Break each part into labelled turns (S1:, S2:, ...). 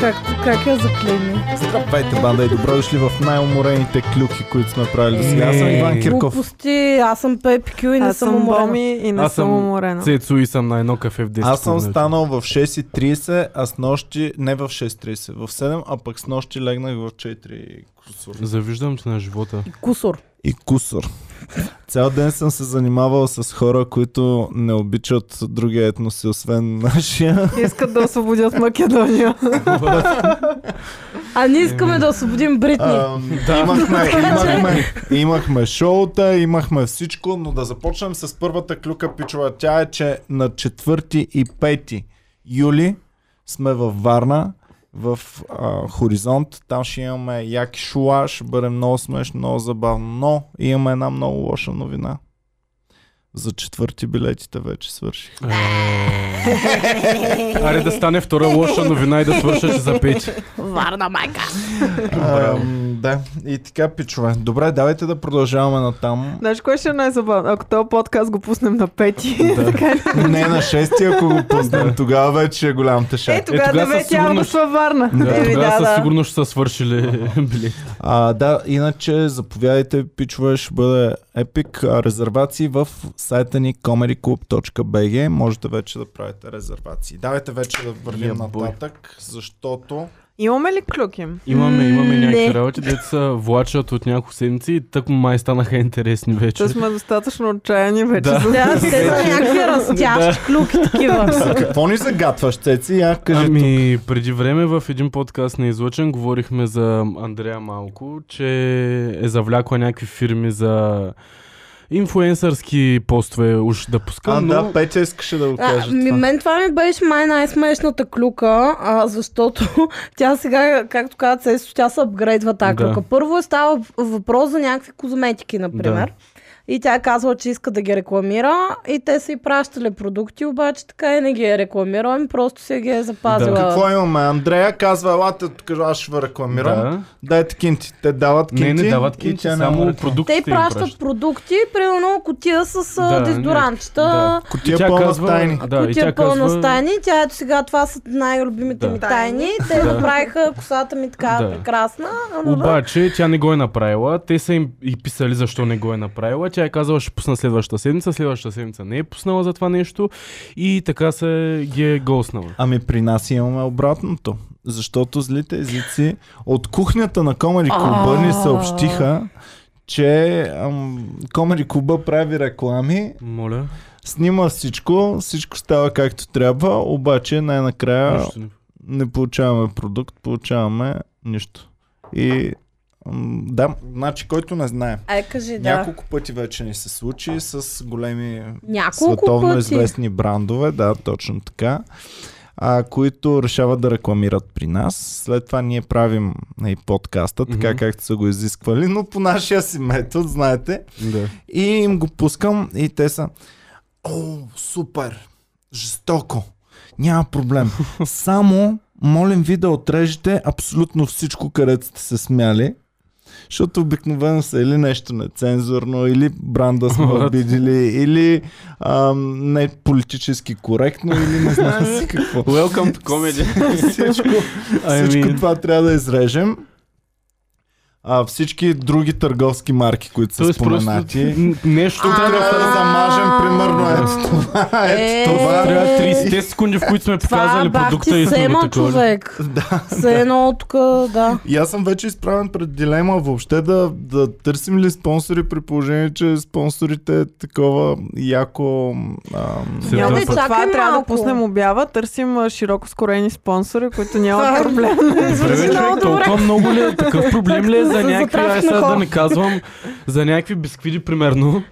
S1: Как, как я заклейми?
S2: Здравейте, банда и добро дошли в най-уморените клюки, които сме правили до сега. Аз съм Иван
S1: Е.
S2: Кирков.
S1: Глупости, аз съм PPQ и не
S3: Аз
S1: съм
S3: съм
S1: уморена.
S3: Боми и не
S4: Аз
S3: съм
S4: съм
S3: уморена.
S4: Цецу и съм на едно кафе в 10.
S2: Аз съм
S4: половина.
S2: станал в 6.30, а с нощи, не в 6.30, в 7, а пък с нощи легнах в 4 кусор.
S4: Завиждам ти на живота.
S1: Кусор.
S2: И кусор. Цял ден съм се занимавал с хора, които не обичат другия етнос, и освен нашия.
S3: Искат да освободят Македония.
S1: А ние искаме да освободим Бритни.
S2: Ам, имахме, имахме, имахме шоута, имахме всичко, но да започнем с първата клюка, пичова. Тя е, че на 4 и 5 юли сме във Варна, в а, Хоризонт. Там ще имаме яки шуа, ще бъде много смешно, много забавно, но имаме една много лоша новина. За четвърти билетите вече свърших.
S4: Е. Аре да стане втора лоша новина и да свършаш за пети.
S1: Варна майка.
S2: Ам, да, и така, пичове. Добре, давайте да продължаваме натам.
S3: Знаеш, кое ще е най-забавно? Ако този подкаст го пуснем на пети,
S4: Да.
S3: така ли?
S2: Не на 6, ако го пуснем, тогава вече е голям тъша.
S3: Е, тогава
S4: тогава със
S3: 9
S4: сигурност-
S3: август във Варна.
S4: Да,
S3: Еми,
S4: тогава със
S3: да.
S4: сигурност ще са свършили билет.
S2: А, да, иначе заповядайте, пичове, ще бъде епик. А, Резервации в сайта ни comedyclub.bg. Можете вече да правите резервации. Давайте вече да вървим
S4: Я бой.
S2: нататък, защото...
S3: Имаме ли клюки?
S4: Имаме, имаме
S1: Не.
S4: някакви работи, дето се влачат от няколко седмици и тък му май станаха интересни вече.
S3: Та сме достатъчно отчаяни вече.
S4: Да.
S3: за-
S1: Да, те са някакви растящи клюки такива.
S2: За какво ни загатваш, Цеци? Я кажи тук.
S4: Ами, преди време в един подкаст на Излъчен говорихме за Андрея Малко, че е завлякла някакви фирми за инфуенсърски постове уж да пускам,
S2: А,
S4: но...
S2: да, Петя искаше да го
S1: А,
S2: каже
S1: ми,
S2: това.
S1: мен това ми беше май най-смешната клюка, а, защото тя сега, както каза Цесо, тя се апгрейдва тази
S4: Да.
S1: клюка. Първо е става въпрос за някакви козметики, например. И тя е казала, че иска да ги рекламира и те са и пращали продукти, обаче така и не ги е рекламирала, им просто се ги е запазила.
S4: Да.
S2: Какво имаме? Андрея казва, елате, тук аз ще ви рекламирам.
S4: Да.
S2: Дайте кинти. Те дават кинти.
S4: Не, не дават
S2: и
S4: кинти,
S2: тя не
S4: само
S2: му реклама.
S4: продуктите
S1: Те
S4: им
S1: пращат продукти, примерно котия с да,
S4: Да,
S1: дезодорантчета.
S4: да.
S2: Кутия
S4: И тя
S2: пълна
S4: казва-
S2: с тайни.
S4: Да, и
S1: Да,
S4: тя
S1: Кутия пълна
S4: казва-
S1: с тайни. Тя ето сега това са най-любимите
S4: Да.
S1: ми тайни. Те
S4: Да.
S1: направиха косата ми така
S4: Да.
S1: прекрасна. ама да.
S4: Обаче тя не го е направила. Те са им и писали защо не го е направила. Тя е казала, ще пусна следващата седмица. Следващата седмица не е пуснала за това нещо. И така се ги е госнала.
S2: Ами при нас имаме обратното. Защото злите езици от кухнята на Комери Клуба ни съобщиха, че ам, Комери Клуба прави реклами,
S4: Моля.
S2: снима всичко, всичко става както трябва, обаче най-накрая
S4: Нищо не-
S2: не получаваме продукт, получаваме нищо. И ам, да, значи който не знае.
S1: Ай, е, кажи, да. Няколко,
S2: Няколко пъти вече ни се случи с големи световно
S1: пъти.
S2: известни брандове, да, точно така, а, които решават да рекламират при нас. След това ние правим а, и подкаста, така
S4: Мгм.
S2: както са го изисквали, но по нашия си метод, знаете.
S4: Да.
S2: И им го пускам и те са О, супер! Жестоко! Няма проблем. Само молим ви да отрежете абсолютно всичко, където сте се смяли. Защото обикновено са или нещо нецензурно, или бранда сме обидили, или ам, не политически коректно, или не знам си какво.
S4: Welcome to comedy.
S2: Всичко,
S4: I
S2: всичко
S4: mean.
S2: това трябва да изрежем. А всички други търговски марки, които са
S4: Тоест просто
S2: споменати.
S4: н- нещо трябва
S2: Трябва да
S4: да...
S2: замажем примерно ето това,
S1: Е.
S2: ето това.
S4: Трябва 30 секунди, в които сме
S1: Това
S4: показали
S1: бах
S4: продукта
S1: ти
S4: и сме го
S1: сема
S4: такова.
S1: човек. Да. Все едно тук, да.
S2: И аз съм вече изправен пред дилема въобще да, да търсим ли спонсори при положение, че спонсорите е такова яко... Ам,
S4: Се
S3: Няма
S1: Няма да
S3: да
S4: тръпат.
S1: чакай
S3: това трябва да
S1: малко.
S3: пуснем обява, търсим а, широко скорени спонсори, които нямат проблем.
S4: Добре, бе, човек, толкова много ли е? Такъв проблем ли е за
S1: За
S4: някакви,
S1: трафик
S4: ай
S1: на
S4: сега
S1: хора.
S4: да не казвам, за някакви бисквиди, примерно,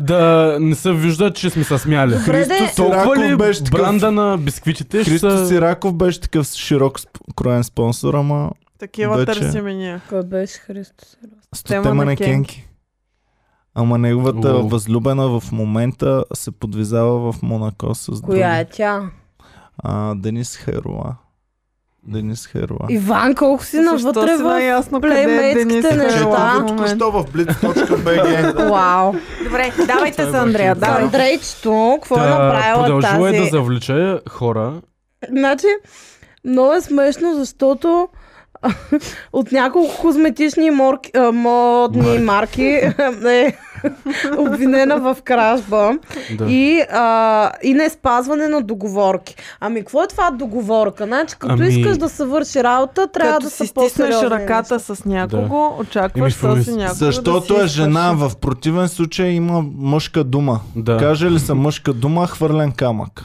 S4: да не се виждат, че сме се смяли.
S1: Добре, де.
S4: Толкова ли е
S2: Сираков беше такъв.
S4: бранда на бисквитите ще
S2: Христо
S4: са...
S2: Сираков беше такъв широко сп- кроен спонсор, ама
S3: Такива
S2: Вече.
S3: търсим и ние.
S1: Кой беше Христос?
S2: стотема
S3: Тема
S2: на
S3: на
S2: кенки. Ама неговата
S4: Уау.
S2: възлюбена в момента се подвизава в Монако с друг.
S1: Коя е тя?
S2: А, Денис Херуа. Денис Херуа.
S1: Иван, колко си
S3: Защо
S1: навътре
S3: си
S1: в...
S3: наясно къде е
S1: плеймейтските
S3: Денис?
S1: неща? Четох
S3: Е,
S1: го
S3: в
S2: Тук
S3: момента.
S2: що в blitz.bg
S1: Вау.
S3: Добре, давайте за Андрея.
S1: Да.
S3: Давай.
S1: Андрейчето, какво е
S4: Та,
S1: направила
S4: продължила
S1: тази?
S4: е да завлича хора.
S1: Значи, Много е смешно, защото от няколко козметични морки, а, модни марки е обвинена в кражба
S4: Да.
S1: и, а, и не спазване на договорки. Ами какво е това договорка? Значи като
S4: Ами-
S1: искаш да се върши работа, трябва
S3: Като
S1: да
S3: си
S1: са
S3: стиснеш
S1: по-сериозни
S3: ръката
S1: неща.
S3: с някого, очакваш
S4: Еми,
S3: с
S4: форми-
S3: някого
S2: Защото
S3: да си
S2: е жена,
S3: свърши.
S2: в противен случай има мъжка дума.
S4: Да.
S2: Каже ли се мъжка дума, хвърлен камък.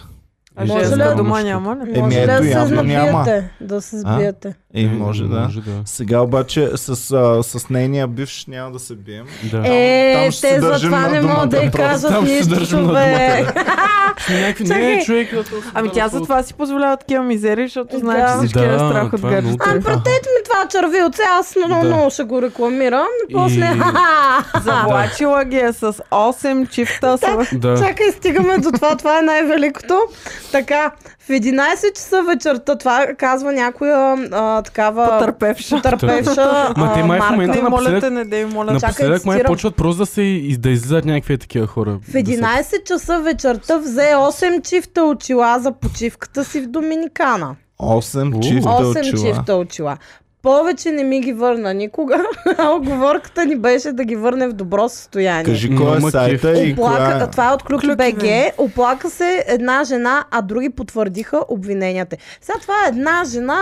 S3: А
S1: Може
S3: женска
S1: ли да- е
S3: дума е няма ли?
S2: Еми,
S1: Може ли
S2: ето,
S1: да се
S2: явно няма.
S1: набиете? Да се сбиете.
S2: И Е, може да. Сега обаче с, а, с нейния бивш няма да се бием.
S4: Да.
S1: Е,
S2: Там ще
S1: те
S2: се
S1: за
S2: държим
S1: това
S2: на
S1: не могат да
S2: думата,
S1: й
S2: просто.
S1: кажат
S4: Там ще се държим
S1: нищо,
S4: на
S1: бе.
S4: Някакви не
S1: чакай.
S4: е човек.
S3: Ами тя за това си позволява такива мизери, защото знае,
S1: Да.
S3: че всички
S4: Да,
S3: е страх от
S4: това е много
S1: Ами
S3: гаджета.
S1: пратете ми това червилце, аз много,
S4: Да.
S1: много ще го рекламирам. И
S4: И-
S1: после, ха-ха!
S3: Завлачила Ами, ги е с 8 чифта. с-
S4: Да.
S1: Чакай, стигаме до това. Това е най-великото. Така, в 11 часа вечерта, това казва някоя а, такава
S3: Потърпевша.
S1: търпевша
S4: Ма те май в
S1: марка.
S4: момента
S3: Не, Ами, моля
S4: напоследък-
S3: те, не дей, моля.
S4: Напоследък май
S1: цитирам.
S4: почват просто да се из- да излизат някакви такива хора.
S1: В 11 часа вечерта взе 8 чифта очила за почивката си в Доминикана.
S2: 8
S4: У.
S2: чифта
S1: 8
S2: очила.
S1: чифта очила. Повече не ми ги върна никога, а оговорката ни беше да ги върне в добро състояние.
S2: Кажи
S4: Но
S2: кой е
S4: ма
S2: сайта и
S1: Оплака,
S2: коя е.
S1: Това е от Клюки
S3: Клюки
S1: БГ.
S3: БГ.
S1: Оплака се една жена, а други потвърдиха обвиненията. Сега това е една жена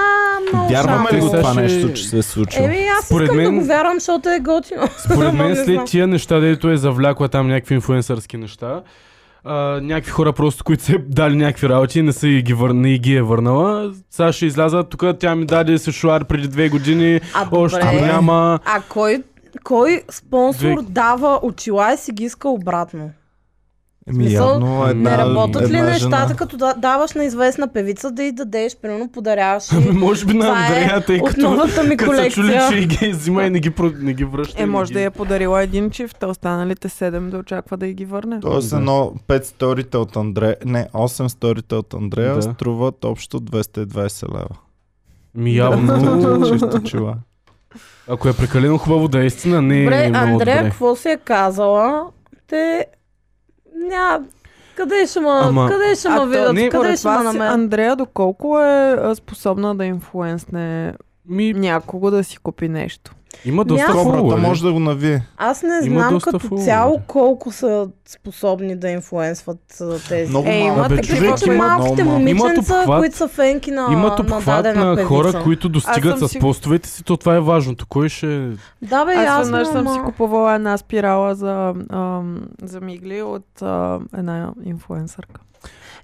S1: много
S2: Вярваме ли
S1: шамово.
S2: го
S4: Сега
S2: това
S4: ще-
S2: нещо, че се е случило?
S1: е Еми, аз
S4: Според
S1: искам да
S4: мен-
S1: го вярвам, защото е готино.
S4: Според
S1: Ама не
S4: мен след
S1: знам.
S4: тия неща, дето е завлякла там някакви инфлуенсърски неща, а, някакви хора просто, които са дали някакви работи и не са и ги, вър... не и ги е върнала. Сега ще изляза, тук тя ми даде сешуар преди две години,
S1: А,
S4: още
S1: добре.
S4: го няма.
S1: А кой, кой спонсор
S4: Две-
S1: дава очила и си ги иска обратно?
S2: Еми,
S1: смисъл,
S2: явно
S4: не
S2: една,
S1: Не
S4: Да,
S1: работят ли
S2: една
S1: нещата,
S2: жена.
S1: като да, даваш на известна певица да й дадеш, примерно подаряваш
S4: Ами,
S1: и...
S4: Може би на
S1: Това е
S4: Андрея, тъй
S1: от
S4: като
S1: новата ми
S4: като са чули,
S1: колекция.
S4: че и ги е взима и не ги, про- не ги връща.
S3: Е,
S4: и не
S3: може
S4: ги-
S3: да я е подарила един чифт, а останалите 7 да очаква да й ги върне.
S2: Тоест
S4: Да.
S2: едно 5 сторите от Андрея, не, 8 сторите от Андрея
S4: Да.
S2: струват общо 220 лева.
S4: Ми явно,
S2: Чифта очила.
S4: ако е прекалено хубаво да е истина, не е
S1: Добре,
S4: много
S1: Андрея,
S4: добре.
S1: какво си е казала? Те... Няма... Къде ще ма,
S4: Ама-
S1: къде ще
S3: А
S1: ма
S3: то-
S1: видят?
S4: не,
S1: къде
S3: Според
S1: ще ма
S3: вас,
S1: намерят?
S3: Андрея, доколко е а, способна да инфлуенсне
S4: Ми,
S3: някого да си купи нещо?
S4: има доста
S1: Няма.
S4: хубаво. нали?
S2: Кобрата може да го навие.
S1: Аз не
S4: Има
S1: знам
S4: доста
S1: като
S4: фолуари.
S1: цяло колко са способни да инфлуенсват а, тези.
S2: Много
S3: Е,
S2: малко.
S3: има
S4: Абе,
S1: Такива
S4: човек,
S1: като
S4: има-
S1: малките
S2: много малко.
S1: момиченца,
S4: Имат обхват.
S1: които са фенки на,
S4: Имат
S1: на
S4: обхват на,
S1: дадена певица.
S4: хора, които достигат
S3: Аз
S4: с
S3: съм си-
S4: постовете си, то това е важното. Кой ще...
S1: Да, бе,
S3: Аз
S1: Е, ясно,
S3: веднъж съм
S1: ама-
S3: си купувала една спирала за, ам, за мигли от а, една инфлуенсърка.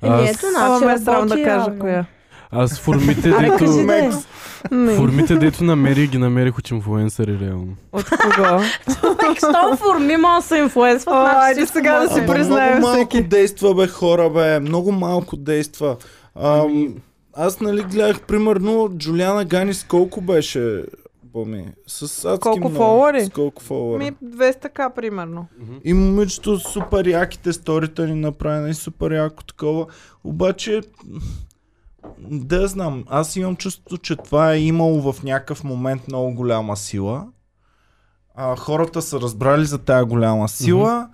S1: Еми,
S4: Аз-
S1: ето,
S3: Ама
S1: значи
S3: ме е срам да
S1: работи
S3: кажа
S1: явно.
S3: коя.
S4: Аз формите,
S1: Абе, кажи
S4: дето...
S1: да е.
S3: Не.
S4: формите, дето намерих, ги намерих от инфлуенсъри, реално.
S3: От кого?
S1: Що форми може да се инфлуенсват?
S3: О,
S1: значи
S3: айде
S1: всичко
S3: сега
S1: може
S3: да
S1: да
S3: си
S1: е.
S2: Ама
S3: признаем
S2: много малко
S3: всеки.
S2: действа, бе, хора, бе. Много малко действа. Ам, аз, нали, гледах, примерно, Джулиана Ганис колко беше, Боми? С адски
S3: Колко
S2: много.
S3: фолуари?
S2: С колко фолуари?
S3: Ми 200 така, примерно.
S2: И момичето супер яките сторита ни направи, нали, супер яко такова. Обаче, да знам, аз имам чувството, че това е имало в някакъв момент много голяма сила. А, хората са разбрали за тая голяма сила,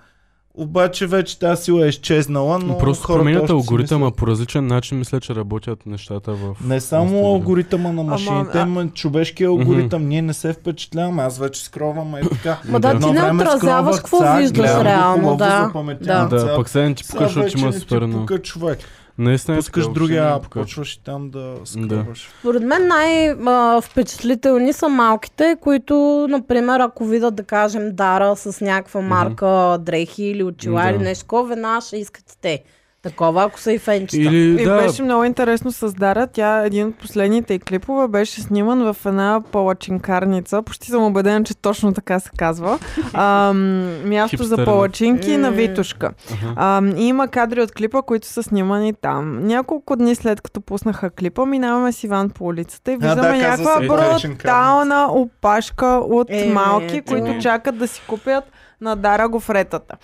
S2: обаче вече тази сила е изчезнала, но
S4: Просто
S2: хората
S4: променят
S2: още си
S4: алгоритъма
S2: мислят-
S4: по различен начин, мисля, че работят нещата в...
S2: Не само
S4: Instagram.
S2: алгоритъма на машините,
S3: а-
S2: ама, човешкия алгоритъм. Ние не се впечатляваме. Аз вече скровам е така.
S1: Ма да,
S4: Да.
S1: ти
S2: Едно
S1: не
S2: време
S1: отразяваш
S2: скровах
S1: какво
S2: ца,
S1: виждаш
S2: гледам го
S1: реално,
S2: хубаво,
S1: да.
S2: запаметявам
S4: Да,
S2: ца.
S4: пък сега не ти
S2: Сега
S4: покажа, защото
S2: вече
S4: има
S2: не ти
S4: супер много.
S2: Пука човек.
S4: Наистина е
S2: Пускаш
S4: така,
S2: другия,
S4: въобще
S2: а
S4: не пука.
S2: почваш и там да скриваш.
S1: Според мен най-впечатлителни са малките, които, например, ако видят, да кажем, дара с някаква марка, дрехи или очила
S4: Да.
S1: или нещо, такова, веднага ще искат и те. Такова, ако са и фенчета.
S4: Или
S3: И
S4: да,
S3: беше много интересно с Дара. Тя един от последните й клипове беше сниман в една палачинкарница. Почти съм убедена, че точно така се казва. Ам, място за
S4: Хипстърна.
S3: палачинки на
S1: М.
S3: Витушка.
S4: Аха.
S3: Ам, и има кадри от клипа, които са снимани там. Няколко дни след като пуснаха клипа, минаваме с Иван по улицата и
S2: да,
S3: виждаме
S2: каза
S3: някаква
S2: се
S3: брутална опашка от
S1: Е,
S3: малки,
S1: е,
S3: които
S1: е.
S3: чакат да си купят на Дара Гофретата.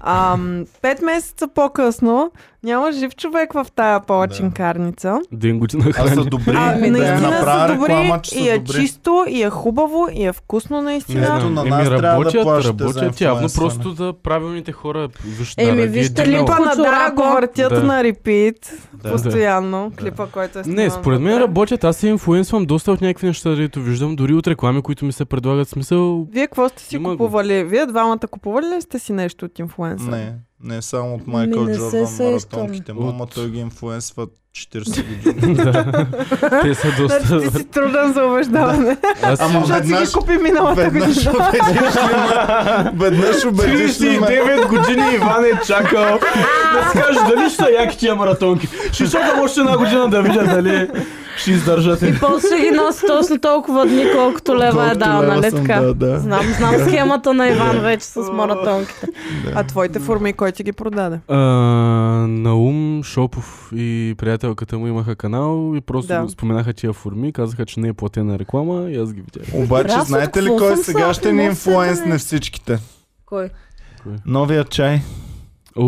S3: Ам, пет месеца по-късно Няма жив човек в тая палачинкарница.
S4: Динго ти нахрани.
S2: А са добри.
S3: Ами
S2: Е, да я
S3: наистина са
S2: направя
S3: добри
S2: реклама, че
S3: и
S2: са
S3: е
S2: добри.
S3: чисто, и е хубаво, и е вкусно
S4: Не
S3: наистина.
S2: Ето
S4: знам.
S2: на
S4: Еми,
S2: нас трябва да
S4: работят,
S2: плащате за
S4: работят явно
S2: инфлуенсъра.
S4: просто за правилните хора. Виж,
S1: Еми,
S4: Дара ги е
S1: вижте ли,
S4: дигнала.
S3: Клипа на Дара
S1: Куцурако.
S3: го въртят
S4: Да.
S3: на репит
S2: Да.
S3: постоянно. Клипа, който е
S4: Не,
S3: сниман
S4: според мен
S3: вътре.
S4: работят. Аз се инфлуенсвам доста от някакви неща, дето виждам, дори от реклами, които ми се предлагат. В Смисъл,
S3: Вие какво сте си
S4: Има го.
S3: купували? Вие двамата купували ли сте си нещо от инфлуенсър?
S2: Не, не само от
S1: Ми,
S2: Майкъл
S1: Ами не се
S2: Джордан
S1: сещам.
S2: маратонките. Мама, той ги инфлуенсва 40 години.
S4: да. Те са доста.
S3: Значи ти си труден за убеждаване.
S4: Аз си-
S2: Ама
S3: Защото си
S2: веднъж-
S3: ги купи миналата
S2: Веднъж
S3: година.
S2: убедиш ли ме? Веднъж убедиш ли ме?
S4: години Иван е чакал да си каже дали ще са яки тия маратонки. Ще чакам още една година да видя дали ще издържат.
S1: И после ги носи точно толкова дни, колкото лева е
S2: Колкото
S1: дал,
S2: лева
S1: нали
S2: съм
S1: така?
S2: дал, да.
S1: Знам, знам схемата на Иван вече с маратонките.
S3: А твоите форми, кой ти ги продаде?
S4: А, Наум Шопов и приятелката му имаха канал и просто
S3: Да.
S4: да. споменаха тия форми, казаха, че не е платена реклама и аз ги видях.
S2: Обаче,
S1: Брасо,
S2: знаете ли
S1: какво
S2: кой
S1: съм
S2: сега
S1: сам?
S2: ще
S1: Не
S2: ни
S1: мога да се
S2: инфлуенсне
S1: събере.
S2: всичките?
S1: Кой?
S2: Новия чай
S4: О,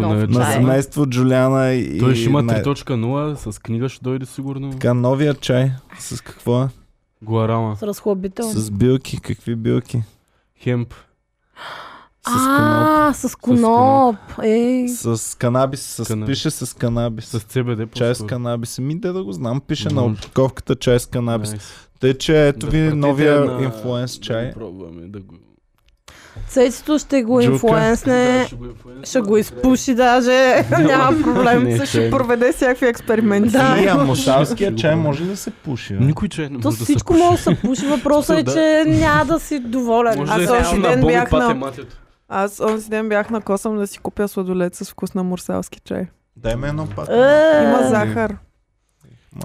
S1: Нов
S4: на-
S2: на
S1: Чай.
S2: семейство Джулиана и...
S4: Той ще има
S2: на-
S4: 3.0, с книга ще дойде сигурно.
S2: Така, новия чай. С какво е?
S4: Гуарама,
S1: С разхлабител.
S2: С билки. Какви билки?
S4: хемп,
S2: С канабис.
S1: А, с коноп.
S4: коноп.
S1: Ей.
S2: С канабис. С
S4: Канабис.
S2: Пише с канабис.
S4: с CBD.
S2: Чай с
S4: по-скоро.
S2: канабис. Ми да да го знам. Пише на
S4: Мгм.
S2: опаковката чай с канабис.
S4: Найс.
S2: Тъй, че ето
S4: Да
S2: ви
S4: пратите
S2: новия
S4: на-
S2: инфлуенс
S4: Да
S2: чай.
S4: го пробваме, да го...
S1: Цецето ще го
S2: Джука.
S1: инфлуенсне.
S4: Да, ще го инфлуенсваме.
S1: е- Ще го изпуши даже. Няма проблем.
S4: Не,
S3: Ще
S2: Е.
S4: чай.
S3: проведе всякакви експерименти.
S1: Да.
S2: И амусалския Ами, чай може ли да се пуши? бе?
S4: Никой чай не
S1: То
S4: може да се
S1: всичко може да се пуши. Въпросът е,
S4: Да.
S1: че няма да си доволен.
S4: Може
S3: Аз
S4: да
S1: Аз
S4: е
S3: онзи
S4: точно
S1: реално.
S4: на
S3: ден
S4: Боби
S3: бях на-
S4: пате матето.
S3: Аз онзи ден бях на косъм да си купя сладолет с вкус на мурсалски чай.
S2: Дай ми едно пат.
S1: Е.
S3: Има
S1: Е.
S3: захар.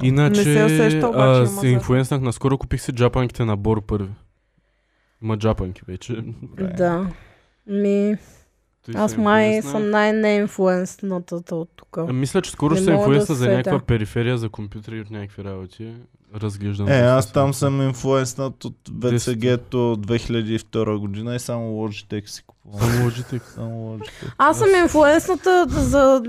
S4: Иначе,
S3: Не се усеща, обаче има
S4: а,
S3: за-
S4: се инфлуенснах, наскоро купих си джапанките на Бор първи. Ма джапанки вече.
S1: Да. Ми,
S4: Той
S1: аз
S4: се
S1: май
S4: инфлуенсна. Ами,
S1: съм най-неинфлуенсната от тук.
S4: А, Мисля, че скоро
S1: Не
S4: ще се
S1: мога да
S4: инфлуенсна за
S1: се,
S4: някаква
S1: да.
S4: периферия за компютри и от някакви работи. Разглеждам.
S2: Е,
S4: доста
S2: аз там
S4: сега.
S2: съм инфлуенснат от ВЦГ-то 2002 година и само Logitech си купувам.
S4: Само Logitech.
S2: Само Logitech.
S1: Аз съм инфлуенсната за...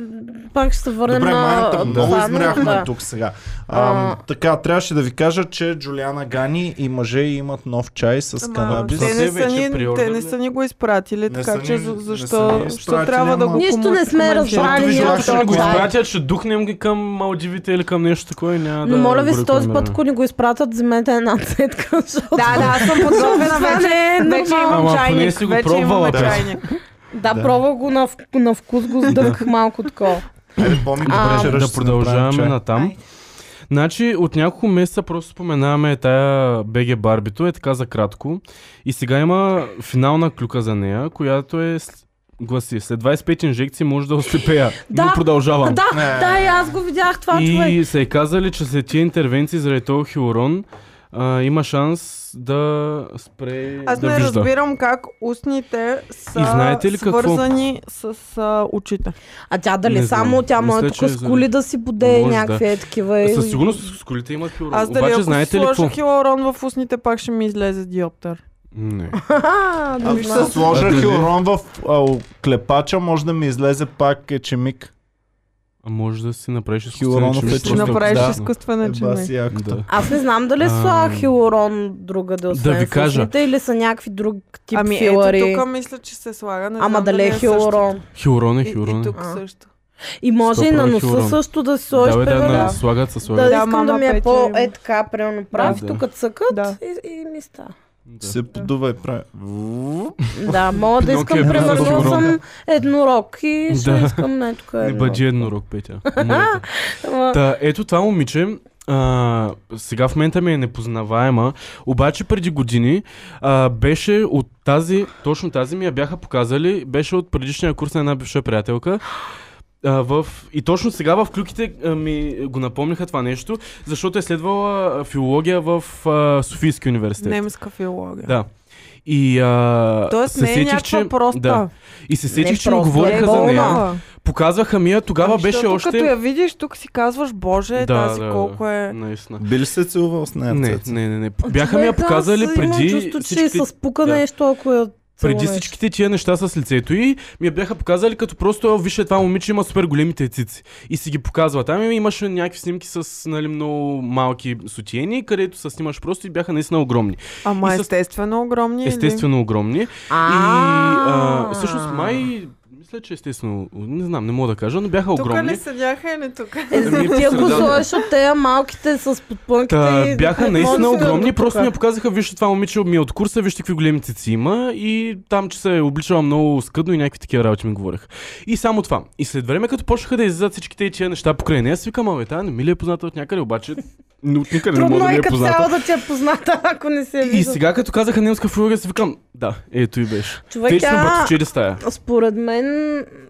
S1: Пак ще се върнем
S2: Добре,
S1: на...
S2: майната, много
S1: това, но
S2: измряхме
S1: да.
S2: тук сега.
S1: А.
S2: А, така, трябваше да ви кажа, че Джулиана Гани и мъже имат нов чай с канабис.
S3: те, не
S4: Те
S3: са
S4: вече
S3: ни,
S4: приордър
S3: те не
S4: ли?
S3: са ни го изпратили,
S2: Не са
S3: така
S2: ни-
S3: че
S2: не
S3: за-
S2: са
S3: защо,
S2: ни
S3: защо
S2: изпратили,
S3: трябва да го
S2: ама-
S1: Нищо не сме
S3: коментираме?
S1: разбрали.
S2: Защото
S1: ние
S2: виждах,
S1: от
S2: че
S1: този
S4: Ще го
S2: Това е.
S1: чай.
S4: изпратят, ще духнем ги към Малдивите или към нещо такова и няма
S1: Но
S4: да
S1: моля ви
S4: го
S1: се този път,
S4: рекламираме.
S1: ако ни го изпратят, вземете една цетка, защото...
S3: Да, да, аз съм подготвена
S1: Това
S3: вече.
S1: не е
S3: Вече
S1: нормално.
S4: Ама
S3: имам
S4: поне
S3: чайник.
S4: си го
S3: Вече имаме
S4: пробвала, да.
S3: чайник.
S1: Да, пробвах го на, вк- на вкус, го сдъвках малко такова.
S2: Айде, помни,
S1: А,
S2: добре,
S4: да продължаваме на там. Значи от няколко месеца просто споменаваме тая БГ Барбито, е така за кратко. И сега има финална клюка за нея, която е с- гласи, след 25 инжекции може да ослепея, но
S1: Да.
S4: продължавам.
S1: Да,
S2: Не.
S1: да, и аз го видях това човек.
S4: И се е казали, че след тия интервенции заради този хиурон а, има шанс да спре
S3: Аз
S4: да
S3: не
S4: вижда.
S3: разбирам как устните са
S4: И знаете ли какво?
S3: свързани с а, очите.
S1: А тя
S4: Не
S1: дали
S4: знам.
S1: само тя му е
S4: Мисля, че
S1: тук
S4: е
S1: с
S4: за-
S1: коли да си подее
S4: Може,
S1: някакви е такива. и-
S4: Със сигурност с колите имат хиурон.
S3: Аз дали
S4: Обаче
S3: ако
S4: знаете ли
S3: сложа
S4: какво?
S3: хилорон в устните, пак ще ми излезе диоптър. Ами
S4: Не.
S1: Ха, да
S2: Ако
S1: знам.
S2: се сложа
S4: А, дали?
S2: хилорон в а, клепача, може да ми излезе пак ечемик.
S4: А може да си направиш
S2: Хиуронов
S4: изкуствен
S2: е
S3: Ще
S2: Просто
S3: направиш
S2: да.
S3: изкуствен
S2: Еба
S3: чиник.
S2: си якото.
S4: Да.
S1: Аз не знам дали
S4: Ам.
S1: слага хилорон друга да освен
S4: ви
S1: с
S4: кажа.
S1: устните, или са някакви друг тип
S3: Ами
S1: филари.
S3: ето тук мисля, че се слага. Не
S1: Ама
S3: знам
S1: дали е хилорон.
S4: Хиурон е
S3: И, и
S4: хиурон. е.
S3: тук
S1: А.
S3: също.
S1: И може и на
S4: Стопро е
S1: носа
S4: хилорон.
S1: също да си
S4: Да,
S1: сложиш
S4: бе, да,
S1: примерно.
S4: на,
S3: Да.
S4: слагат се
S1: Да,
S4: слагат.
S3: Да,
S1: искам да
S3: мама
S1: ми е
S3: Петя
S1: по
S3: има.
S1: е така, примерно прав,
S4: Да.
S1: тук цъкат
S3: Да.
S1: и, и ми ста.
S4: Да.
S2: Се подува и прави.
S1: Да, мога да искам,
S4: Пинокио е
S1: примерно
S4: бил
S1: да
S4: сигурен.
S1: съм еднорог и ще
S4: Да.
S1: искам не тук
S4: Не
S1: едно.
S4: бъди еднорог, Петя. Моля те.
S1: Ама,
S4: Та, ето това момиче, а, сега в момента ми е непознаваема, обаче преди години а, беше от тази, точно тази ми я бяха показали, беше от предишния курс на една бивша приятелка. А, в... И точно сега в клюките а, ми го напомниха това нещо, защото е следвала а, филология в а, Софийски университет.
S3: Немска филология.
S4: Да. И а,
S3: Тоест
S4: се
S3: не е
S4: сетих,
S3: някаква
S4: че...
S3: проста.
S4: Да. И се сетих,
S1: Не
S4: че ми
S1: просто,
S4: говориха
S1: е
S4: за нея.
S3: Болна.
S4: Показваха ми я, тогава
S3: Ами,
S4: беше
S3: защото
S4: още...
S3: Като я видиш, тук си казваш, боже,
S4: Да,
S3: тази
S4: да, да.
S3: колко е...
S4: Наистина.
S2: Би ли се целувал с нея?
S4: Не,
S2: Цецо?
S4: не, не, не. Бяха ми я
S1: човек, аз
S4: показали
S1: имам
S4: преди
S3: е
S1: чувство, че
S4: всичките...
S1: се спука
S4: Да.
S1: нещо, ако я Само
S4: преди
S1: нещо.
S4: всичките тия неща с лицето и ми я бяха показали като просто, «О, вижте това момиче има супер големите цици. И си ги показва. Там им имаше някакви снимки с нали, много малки сутиени, където се снимаш просто и бяха наистина огромни.
S3: Ама
S4: И с-
S3: естествено огромни. или?
S4: Естествено огромни. И а,
S1: А.
S4: всъщност май, мисля, че естествено, не знам, не мога да кажа, но бяха
S3: Тук
S4: огромни.
S3: ли седяха или тук?
S1: Е,
S4: Ами,
S1: ти ако
S4: да.
S1: сложиш от тея малките с подпънките
S4: Та,
S1: и...
S4: бяха
S1: Може
S4: наистина
S1: да си
S4: огромни,
S1: дадат
S4: просто
S1: тука.
S4: ми я показаха, вижте това момиче ми е от курса, вижте какви големи цици има и там, че се е обличала много скъдно и някакви такива работи ми говорех. И само това. И след време, като почнаха да излизат всичките тия неща покрай нея, аз си викам, абе, тая не ми ли е позната от някъде, обаче н- от никъде не мога
S1: Трудно
S4: да ми
S1: е
S4: е
S1: като
S4: позната.
S1: цяло да ти е позната, ако не се е
S4: И
S1: виждал.
S4: сега, като казаха немска фуга, си викам, да, ето и беше.
S1: Човек,
S4: Течно
S1: а,
S4: братовче да стая.
S1: Според мен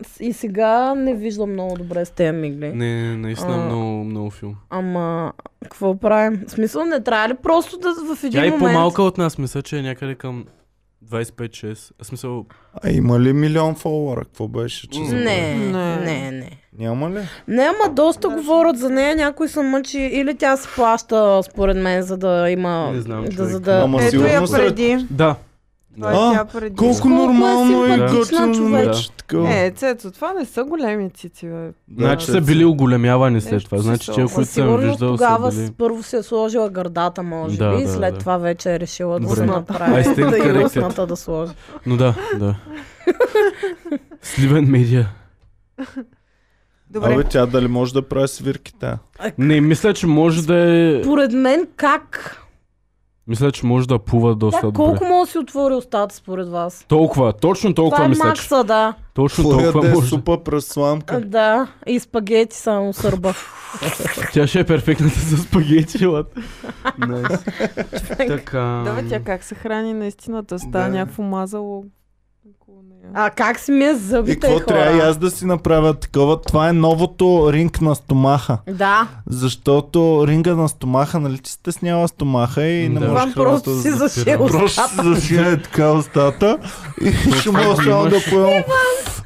S1: с- и сега не виждам много добре с тези мигли.
S4: Не, наистина
S1: а,
S4: много, много филм.
S1: Ама, какво правим? В смисъл, не трябва ли просто да в един
S4: Тя е
S1: момент...
S4: по-малка от нас, мисля, че е някъде към 25-6. Аз смисъл,
S2: А има ли милион фолуара? Какво беше? Че...
S4: М.
S1: Не,
S3: Не.
S1: не, не, не.
S2: Няма ли?
S1: Не, ама доста говорят за нея, някой се мъчи или тя се плаща, според мен, за да има...
S4: Не знам,
S1: да,
S4: човек.
S1: за да...
S2: Ама
S3: Ето я
S2: сигурно са-
S3: преди.
S4: да.
S3: Това е
S2: А,
S3: тя преди.
S2: Колко
S1: Колко е
S2: нормално е
S1: симпатична
S2: готино
S1: човече.
S2: момиче. такова.
S3: Е, Цецо, това не са големи цици, бе.
S2: Да,
S4: Значи
S2: че
S4: са били оголемявани след
S3: Нещо
S4: това.
S3: си
S4: Значи
S3: са-
S4: че,
S3: Ама
S1: Със
S4: които съм
S1: сигурност
S4: виждал, са
S1: тогава
S4: били...
S1: с- първо си е сложила гърдата, може
S4: Да,
S1: би, и
S4: да,
S1: след
S4: да.
S1: това вече е решила да се
S4: Добре.
S1: направи,
S4: I stand
S1: да и
S4: corrected.
S1: устната да сложи.
S4: Но да, да. Сливен медиа.
S3: Добре.
S2: Абе, тя дали може да прави свирки тя?
S4: Не, мисля, че може да е...
S1: Поред мен как?
S4: Мисля, че може да плува
S1: Да,
S4: доста
S1: колко
S4: добре.
S1: може да си отвори устата според вас?
S4: Толкова, точно
S1: Това
S4: толкова
S1: е
S4: мисля, че.
S1: макса, да.
S4: Точно
S2: Твоята
S4: толкова
S2: е
S4: може.
S2: супа през сламка.
S1: Да, и спагети само сърба.
S4: Тя ще е перфектната за спагети, лад.
S3: Да,
S4: Така...
S3: бе, тя как се храни наистина, да става
S2: Да.
S3: някакво мазало около нея.
S1: а как си ми е
S2: И
S1: зъбите,
S2: какво
S1: хора?
S2: трябва и аз да си направя такова? Това е новото ринг на стомаха.
S1: Да,
S2: Защото ринга на стомаха, нали ти стеснява стомаха и не
S4: Да.
S2: можеш
S1: това просто
S2: да
S1: си
S2: запира.
S1: заши
S2: Просто
S1: устата.
S2: си зашия така устата и ще мога само да поем.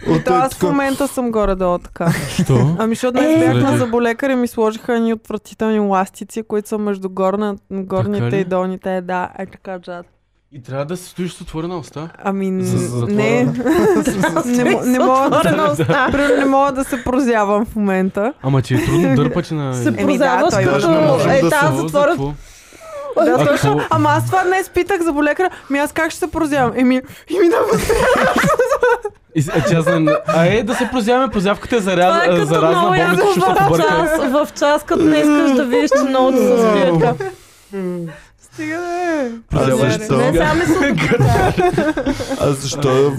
S2: От
S3: То
S2: е
S3: аз в
S2: така.
S3: момента съм горе-долу така.
S4: Що?
S3: Ами защото
S2: Е,
S3: днес бях
S4: Заради-
S3: на заболекар и ми сложиха ни отвратителни ластици, които са между горна, горните
S4: ли?
S3: и долните. Е, да, е така джад.
S4: И трябва да се стоиш с отворена уста.
S3: Ами н-
S4: За- за-
S3: не, не, мо- не, мога да, Примерно не мога да се прозявам в момента.
S4: Ама ти е трудно дърпати на...
S1: Се
S3: Еми да,
S1: прозяваш
S4: Ами
S3: той
S2: даже не
S1: като...
S2: можем
S1: Е,
S2: да
S1: тази
S2: се-
S1: затворят...
S3: Да,
S4: А
S3: точно.
S4: какво?
S3: Ама аз това днес питах за болекара. Ми аз как ще се прозявам? Еми, еми да
S4: И с- а тя за- А е, да се прозяваме, прозявката е заряз...
S1: Това е като
S4: заразна,
S1: много
S4: болница
S1: яко
S4: ще се
S1: в
S4: побърка.
S1: час, в час, като не искаш да видиш, че много ти се свият.
S3: Стига да е.
S2: А
S4: Прозяваш
S2: защо?
S1: Не, сега ми се...
S2: А защо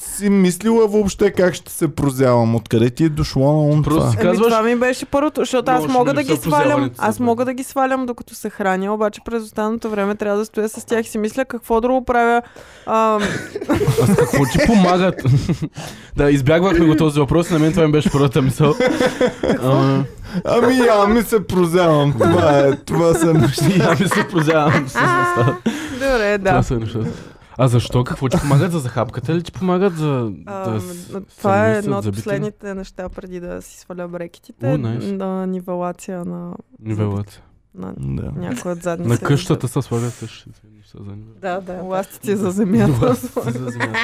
S2: си мислила въобще как ще се прозявам? Откъде ти е дошло на ум
S4: Просто
S2: това?
S4: си
S3: Еми,
S4: казваш,
S3: Ами, това ми беше първото, защото аз
S4: Можеш
S3: мога
S4: ли
S3: да
S4: да
S3: ги
S4: се опозяваме
S3: свалям.
S4: с това?
S3: Аз мога да ги свалям докато се храня, обаче през останалото време трябва да стоя с тях и си мисля какво друго правя. А,
S4: аз какво ти помагат? да, избягвахме го този въпрос, на мен това ми беше първата мисъл. Ама,
S2: Ами я ми се прозявам. Това е, това съм
S4: Я ми се прозявам с уста.
S3: добре,
S4: Това
S3: да.
S4: са нещата. А защо? Какво ти помагат за захапката или ти помагат за...
S3: А,
S4: да
S3: м,
S4: с-
S3: това е
S4: самомислят
S3: едно от
S4: зъбите?
S3: последните неща преди да си сваля брекетите.
S4: О, nice.
S3: На нивелация на,
S4: Нивелът.
S3: на
S2: Да.
S3: някоя от задниците.
S4: На къщата се слагат същите неща за нивелът.
S1: Да, да.
S3: Ластици за земята.
S4: За земята.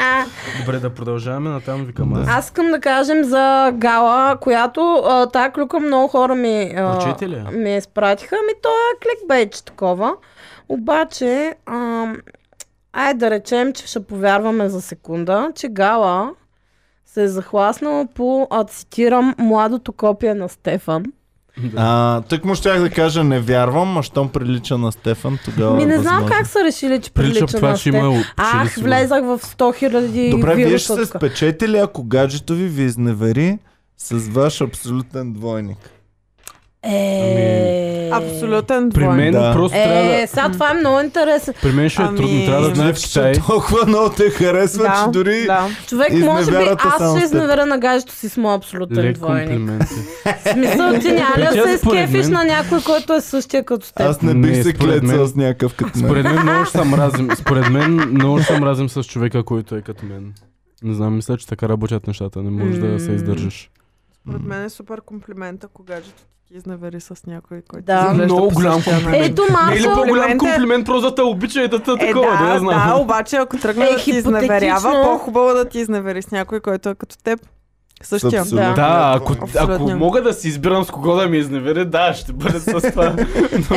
S4: Добре, да продължаваме натам, викам
S2: Да.
S4: аз.
S1: Аз искам да кажем за Гала, която а, тая клюка много хора ми, а,
S4: Прочете ли я?
S1: ми изпратиха. Ми то е кликбейт такова. Обаче, а, ай да речем, че ще повярваме за секунда, че Гала се е захласнала по, а, цитирам, младото копие на Стефан.
S2: А, тък му щях да кажа, не вярвам, а щом прилича на Стефан, тогава
S1: Ми
S2: е
S1: не знам
S2: възможно.
S1: как са решили, че
S4: Прилича
S1: прилича,
S4: това,
S1: на
S4: че
S1: Стефан.
S4: има...
S1: Ах, влезах в 100 хиляди
S2: Добре, вие ще
S1: вируса.
S2: се спечете ли, ако гаджето ви ви изневери с ваш абсолютен двойник?
S1: Е...
S2: Ами,
S3: Абсолютен
S4: При
S3: двойник.
S4: мен
S2: Да.
S4: просто трябва да...
S1: Е, сега това е много интересно.
S4: При мен ще е
S3: Ами-
S4: трудно. Трябва да
S3: Значи,
S4: знае в Китай.
S2: Че толкова много те харесва,
S3: Да,
S2: че дори...
S3: да.
S1: Човек, може би
S2: Изневярата само
S1: аз ще
S2: с теб.
S1: изневеря на гаджето си с моя абсолютен
S4: Лек
S1: двойник.
S4: комплимент.
S1: В смисъл, ти няма ли да
S4: Петя,
S1: се
S4: според
S1: изкефиш
S4: мен-
S1: на някой, който е същия като теб?
S2: Аз не
S4: Не,
S2: бих се
S4: според
S2: клецал
S4: мен-
S2: с някакъв като мен.
S4: Според мен много ще съм разим. Според мен много ще съм разим с човека, който е като мен. Не знам, мисля, че така работят нещата. Не можеш да се
S1: М.
S4: издържиш.
S3: Според мен е супер комплимента, когато ти ти изневери с някой, който
S1: Да.
S3: изглежда
S4: Много
S3: по
S4: голям
S3: същия начин.
S4: комплимент.
S1: Ето,
S4: Не е ли
S1: Марко,
S4: по-голям
S3: Комплимент е-
S4: комплимент, просто да те обича и да те
S3: Е,
S4: такова, да,
S3: да,
S4: я знам.
S3: да, обаче ако тръгне
S1: Е,
S3: да ти
S1: хипотетично.
S3: изневерява, по-хубаво да ти изневери с някой, който е като теб. Същия.
S2: Абсолютно.
S1: Да.
S4: Да, ако, ако
S3: Абсолютно.
S4: мога да си избирам с кого да ми изневери, да, ще бъде с това.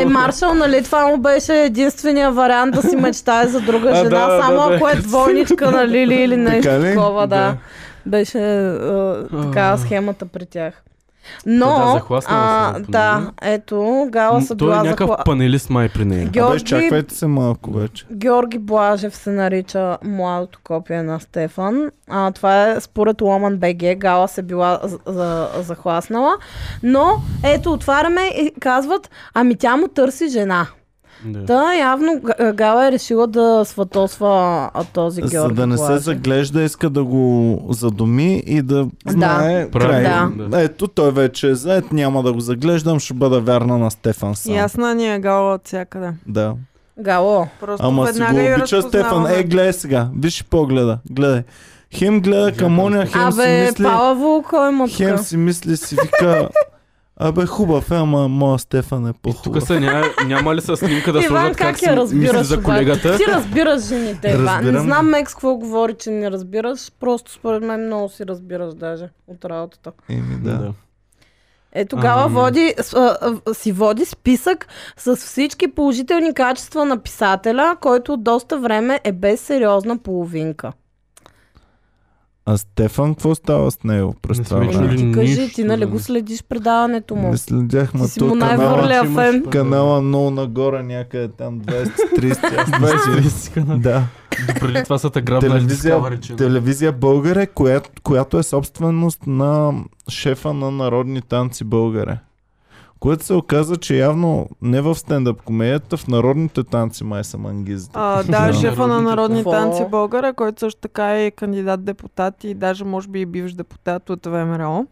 S1: Е, Маршал, нали, това му беше единствения вариант да си мечтае за друга
S4: А,
S1: жена,
S4: да,
S1: само
S4: да, да.
S1: ако е двойничка на Лили или нещо
S2: Така ли?
S1: такова, да.
S4: Да.
S1: Беше е, така
S4: А.
S1: схемата при тях. Но,
S4: Да, да, захласнала се,
S1: а,
S4: да,
S1: да, ето, Гала са
S4: нали? Той е
S1: била
S4: някакъв
S1: захла...
S4: панелист май при нея.
S2: Абе,
S1: Георги
S2: чаквайте се малко вече.
S1: Георги Блажев се нарича младото копие на Стефан. А, това е според Ломан БГ. Гала се била за, за, захласнала. Но ето, отваряме и казват, ами тя му търси жена.
S2: Е.
S4: Да.
S1: Та явно Г- Гала е решила да сватосва а, този
S2: За
S1: Георги
S2: да не се
S1: Блажев.
S2: заглежда, иска да го задуми и да знае край.
S4: Правилно, да.
S2: Ето, той вече е заед, няма да го заглеждам, ще бъда вярна на Стефан сам.
S3: Ясна ни е гала от всякъде.
S2: Да.
S1: Гало,
S3: Просто
S2: Ама си
S3: веднага
S2: го
S3: я
S2: обича Стефан.
S3: разпознаваме.
S2: Е, гледай сега. Виж и погледа. Гледай. Хем гледа към оня, хем си
S1: абе,
S2: мисли...
S1: Палаво, кой му
S2: Хем си мисли, си вика... Абе, хубав е, ама моя Стефан е
S4: Тук
S2: по-хубав.
S4: са, ня, няма ли са снимка да
S1: Иван,
S4: сложат
S1: как,
S4: как, си
S1: я разбираш
S4: мисли за колегата?
S1: Обаче? Ти разбираш жените, Иван. Не
S2: Разбирам.
S1: знам Мекс какво говори, че не разбираш. Просто според мен много си разбираш даже от работата.
S2: Еми, да.
S4: Да.
S1: Е, тогава
S4: Ам.
S1: води, с- а, а, си води списък с всички положителни качества на писателя, който от доста време е без сериозна половинка.
S2: А Стефан, какво става с него през
S4: Не
S2: това
S4: сме
S2: време?
S4: чули.
S1: Ти кажи,
S4: Нищо
S1: ти нали
S4: да
S1: го
S4: не-
S1: следиш предаването му?
S2: Не следяхме
S1: Ти си
S2: тук
S1: му
S2: канала.
S1: най-върлия
S4: Че имаш
S1: фен.
S4: пък-
S2: Канала много нагоре някъде там 230. аз 20. Да.
S4: Преди това са те грабнали
S2: Телевизия,
S4: Discovery Channel.
S2: телевизия Българе, коя, която е собственост на шефа на народни танци Българе. Което се оказа, че явно не в стендъп комедията, в народните танци май са мангизите.
S3: А, да,
S4: Да.
S3: шефа на народни
S1: Во.
S3: танци Българа, който също така е кандидат депутат и даже може би и бивш депутат от ВМРО.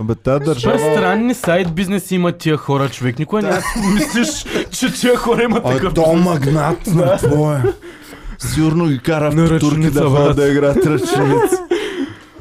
S2: Абе, тази
S4: Супер
S2: държава...
S4: странни сайт бизнеси имат тия хора, човек. Никога не си мислиш, че тия хора имат
S2: А
S4: такъв
S2: то магнат на твое. Сигурно ги кара
S4: На
S2: в турки
S4: ръченица,
S2: да ходят
S4: брат.
S2: да играят ръченица.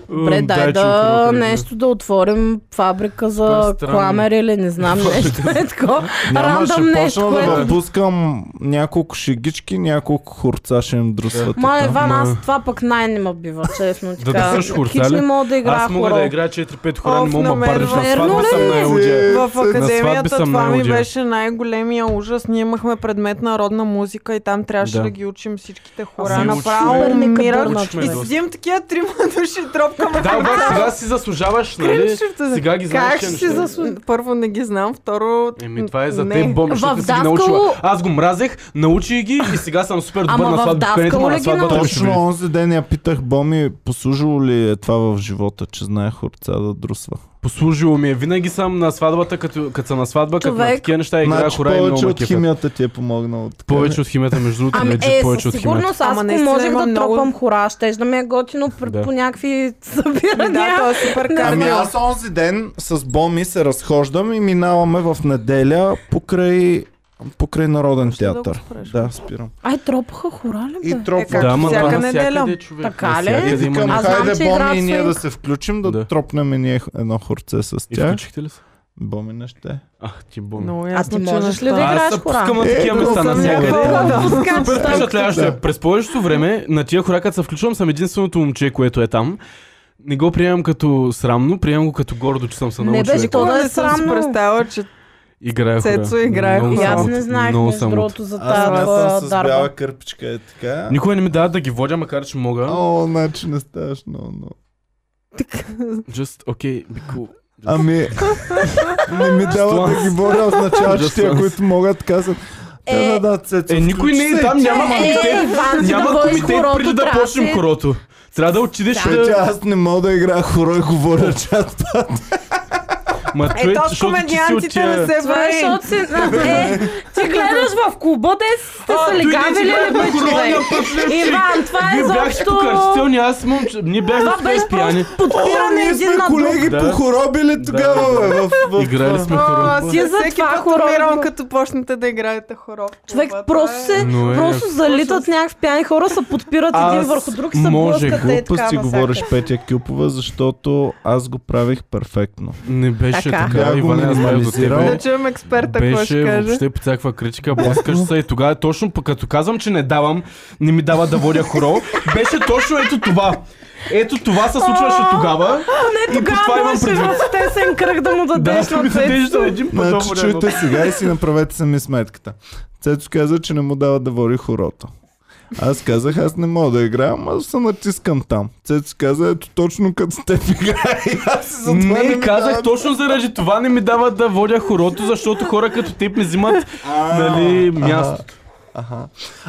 S1: Добре,
S4: М,
S1: дай
S4: че отива
S1: да
S4: къде
S1: нещо да отворим фабрика
S4: Това е
S1: за
S4: странно.
S1: кламер или не знам нещо е такова.
S2: Няма, ще
S1: Рандъм нещо,
S2: почна да
S1: което...
S2: ви пускам няколко шегички, няколко хорца ще им друсват.
S1: Ма,
S2: оттам.
S1: Иван, аз
S4: Ма.
S1: това пък най не ме бива, честно ти
S4: Да
S1: кажа.
S4: дръсаш хорца
S1: Хич не
S4: ли?
S1: мога да играя
S4: Аз мога
S1: хора.
S4: да играя 4-5 хора,
S3: Оф,
S4: не мога да
S3: намерва.
S4: бариш на
S1: Верно
S4: сватба,
S1: ли
S4: съм
S1: е?
S4: най-лудия.
S3: В
S4: сватби
S3: академията
S4: съм
S3: това ми
S4: най-лудия.
S3: беше най-големия ужас. Ние имахме предмет народна музика и там трябваше да,
S4: Да.
S3: ги учим всичките
S1: Ами
S3: хора.
S4: Аз ми
S3: Направо
S4: учи-
S3: умирах.
S1: Бърна,
S4: Учи ме
S1: човек.
S3: И
S4: доста.
S3: седим такива трима души, тропкаме.
S4: Да, обаче сега си заслужаваш, нали?
S3: Кринчевте.
S4: Сега ги знаеш
S3: Как
S4: тия
S3: ще си
S4: неща.
S3: заслу- Първо не ги знам, второ...
S4: Еми, това е за
S3: не.
S4: теб бомба, защото
S1: В
S4: ти си ги
S1: Даскало-
S4: научила. Аз го мразех, научи ги и сега съм супер добър
S1: Ама
S4: на
S1: в
S4: сватба. Където
S1: Даскало
S4: ма
S1: ли
S4: на
S1: ги
S4: сватбата ми ще
S2: Точно
S4: видиш.
S2: онзи ден я питах, Боми, послужило ли е това в живота, че знае хорца да друсва?
S4: Послужило ми е. Винаги съм на сватбата, като, като съм на сватба, като на
S1: Човек.
S4: такива неща Е, игра
S2: Значи
S4: хора и много
S2: повече
S4: ме
S2: от
S4: кефят.
S2: химията ти е помогнало. така
S4: Повече
S2: ли?
S4: от химията, между другото,
S1: Ами
S4: legit,
S1: е,
S4: повече
S1: със
S4: от химията.
S1: сигурност аз
S3: Ама
S1: ако
S3: наистина
S1: можех
S3: има
S1: да
S3: много-
S1: тропам хора, ще да ми е готино при-
S4: Да.
S1: по някакви
S3: Да,
S1: събирания.
S3: то е супер
S2: Ами
S3: кардио.
S2: аз онзи ден с Боми се разхождам и минаваме в неделя покрай, покрай Народен
S3: да го
S2: театър.
S3: спреш?
S2: Да, спирам.
S1: Ай, тропаха хора ли бе?
S2: И тропвам.
S3: както
S4: Да, ама
S3: всяка
S4: това
S3: неделя.
S4: навсякъде, човек.
S1: Така ли?
S2: И
S4: Навсякъде има
S2: викам,
S1: Аз
S4: неща.
S1: знам,
S2: хайде
S1: че
S2: Боми
S1: играят
S2: и ние
S1: свинг.
S2: да се включим, да,
S4: Да.
S2: тропнем и ние едно хорце с
S4: И
S2: тях.
S4: включихте ли се?
S2: Боми не ще.
S4: Ах, ти бомби.
S3: Много
S1: А ти
S3: ясно, че
S1: можеш ли да
S3: неща-
S4: Аз
S1: играеш
S4: се
S1: хора?
S4: пускам на
S2: Е,
S4: такива
S2: друго
S4: места
S2: съм
S4: навсякъде.
S2: някъде.
S4: Супер впечатляващо
S2: Да.
S4: е. През повечето време на тия хора, като се включвам, съм единственото момче, което е там. Не го приемам като срамно, приемам го като гордо, че съм се
S1: Не
S4: научил.
S1: беше
S3: То
S1: То да е
S3: не съм си
S1: срамно.
S3: представила, че
S4: Играя хора.
S3: Цецо играе
S4: Много
S1: И
S3: хора.
S4: съм
S1: аз
S4: от-
S1: не знаех
S4: много
S1: между
S4: съм от-
S1: другото за
S2: Аз не съм
S1: тази
S2: с бяла
S1: дарба.
S2: кърпичка е така.
S4: Никога не ми дадат да ги водя, макар че мога.
S2: О, значи не ставаш много, много.
S4: Just okay, be cool.
S2: Ами, не ми дава да ги боря, означава, че тия, които могат, казват. Да,
S1: Е,
S2: да, да, Цецо,
S4: Е, никой не е
S2: включи се.
S4: там, няма
S1: Е, е,
S4: комитет.
S1: Иван, ти да
S4: Няма
S1: водиш
S4: комитет
S1: хорото,
S4: преди да
S1: трябва
S4: почнем
S1: си-
S4: хорото.
S2: Е,
S4: Трябва да отидеш е,
S2: Петя,
S4: да...
S2: аз не мога да играя хора и говоря чат.
S4: Ма,
S3: Е,
S4: човек,
S3: то
S4: защото
S3: с
S4: ти си от
S3: комедиантите
S4: тия-
S3: не се
S1: Това е,
S3: бори.
S1: защото си... Е, ти гледаш в клуба, де сте
S4: А,
S1: са
S4: той не
S1: легавили
S4: си
S1: ли
S4: бе,
S1: бе човек?
S4: огромния път, левче.
S1: Иван, това е
S4: Вие бяхте
S1: изобщо...
S4: тук арсителни, аз момче. Ние бяхме
S1: Това беше
S4: с пияни.
S1: просто
S2: О,
S1: подпиране
S2: ние
S1: един
S2: сме
S1: на друг.
S2: колеги
S4: Да.
S2: по хоробили тогава, бе. В, в,
S4: Играли сме хората.
S3: О,
S1: Ти за
S3: всеки
S1: това
S3: път
S1: хороб.
S3: умирам, като почнете да играете хороб.
S1: Човек
S3: Това
S1: просто
S3: е-
S1: се,
S4: Но е,
S1: просто
S4: е,
S1: залитат някакви пияни хора, се подпират един върху друг и се
S2: може
S1: блъскат е
S2: глупости
S1: така
S2: си говориш
S1: насякъде.
S2: Петя Кюпова, защото аз го правих перфектно.
S4: Не беше
S1: Така.
S4: така.
S2: Бях го
S4: Иван, аз бях до
S2: минимализирал.
S4: тебе.
S3: Да чуем експерта, какво ще
S4: Е, Беше
S3: каже.
S4: въобще по всякаква критика, блъскаш се и тогава е точно пък като казвам, че не давам, не ми дава да водя хоро, беше точно ето това. Ето това се случваше тогава.
S1: Поне
S4: И по това
S1: тогава
S4: имам
S1: можеш
S4: предвид.
S1: в тесен кръг да му
S4: Да,
S1: дадеш
S4: ще ми
S1: на
S4: дадеш да
S1: цецо.
S4: един път
S2: Значи
S4: добре,
S2: чуйте сега и си направете сами сметката. Цецо каза, че не му дава да води хорото. Аз казах, аз не мога да играя, ама се натискам там. Цецо каза, ето точно като теб играя и аз си
S4: но-
S2: затова не,
S4: Не,
S2: ми
S4: казах
S2: дава.
S4: точно заради това не ми дават да водя хорото, защото хора като теб не взимат нали,
S2: Аха.
S4: мястото.
S2: Аха.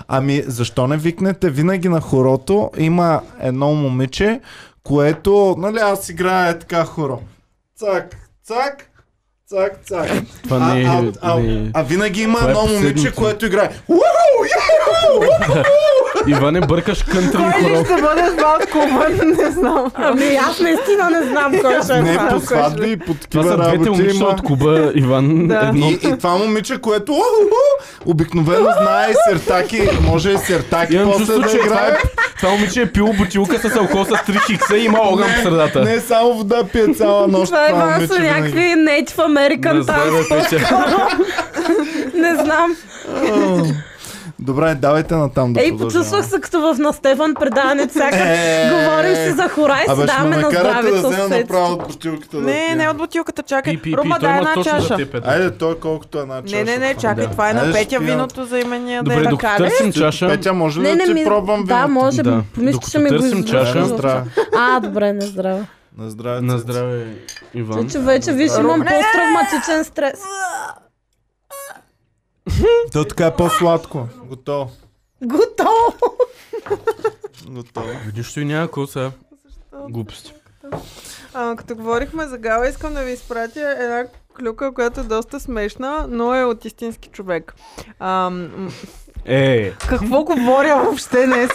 S2: Ами, защо не викнете винаги на хорото? Има едно момиче, което, нали, аз играя е така хоро. Цак, цак, цак, цак.
S4: Това
S2: А,
S4: не е...
S2: а, а,
S4: не е.
S2: а винаги има
S4: Това е
S2: едно момиче,
S4: последното.
S2: което играе.
S4: Иване, е бъркаш кънтри и
S3: Или
S4: хоро.
S3: Ами, ще бъде с малко вън, не знам.
S1: Ами аз наистина не знам кой ще е
S2: Не,
S1: това.
S2: по сватби и по
S4: Това
S2: такива
S4: са двете
S2: работи
S4: момичета
S2: има.
S4: от клуба, Иван.
S3: Да.
S4: Едно.
S2: И, и това момиче, което уху, уху, обикновено знае сертаки, може и сертаки
S4: Имам
S2: после
S4: чувство,
S2: да
S4: че това, е,
S2: играе.
S4: това момиче е пило бутилка с алкохол с 3 хикса и има огън по средата.
S2: Не само вода пие цяла нощ.
S1: Това е Иван
S2: момиче
S1: са
S2: винаги.
S1: някакви Native American
S4: знае
S1: там.
S4: да пече.
S1: Не знам.
S2: Добре, давайте натам да
S1: Ей,
S2: продължаваме.
S1: почувствах се като в на Стефан предаването всяка.
S2: Е,
S1: Говорим си за хора и
S2: Абе,
S1: се
S2: ще ме
S1: даваме на
S2: накарате да
S1: здравето с
S2: взема
S1: Цецо.
S2: направо от бутилката. да
S3: Не,
S2: пия.
S3: не е от бутилката, чакай.
S4: Пи, пи, пи,
S3: Рума,
S4: той
S3: дай
S4: има
S3: една
S4: точно за
S3: чаша.
S4: теб. е.
S2: Айде, той колкото една чаша.
S3: Не, не, не, чакай, това е
S2: Айде,
S3: на
S2: ще
S3: Петя
S2: пия.
S3: виното за имения
S4: Добре,
S3: ден.
S4: докато
S3: Накараш.
S4: търсим чаша,
S2: Петя, може ли
S1: Не,
S2: да
S1: не,
S2: ти
S1: ми...
S2: пробвам
S1: Да,
S2: виното?
S1: може.
S4: Да.
S1: Мисля,
S4: Докато
S1: че ми го
S4: търсим
S1: измисля.
S4: чаша.
S2: На здраве.
S1: А, добре, не здраве.
S2: На здраве.
S4: На
S2: Цецо.
S4: здраве, Иван.
S1: Че вече, виж, имам посттравматичен стрес.
S2: То така е по-сладко. Готово.
S1: Готово!
S2: Готово.
S4: Видиш, че няма коса. Глупости.
S3: А, като говорихме за Гала, искам да ви изпратя една клюка, която е доста смешна, но е от истински човек. А, м-
S4: Е,
S3: какво говоря въобще днес?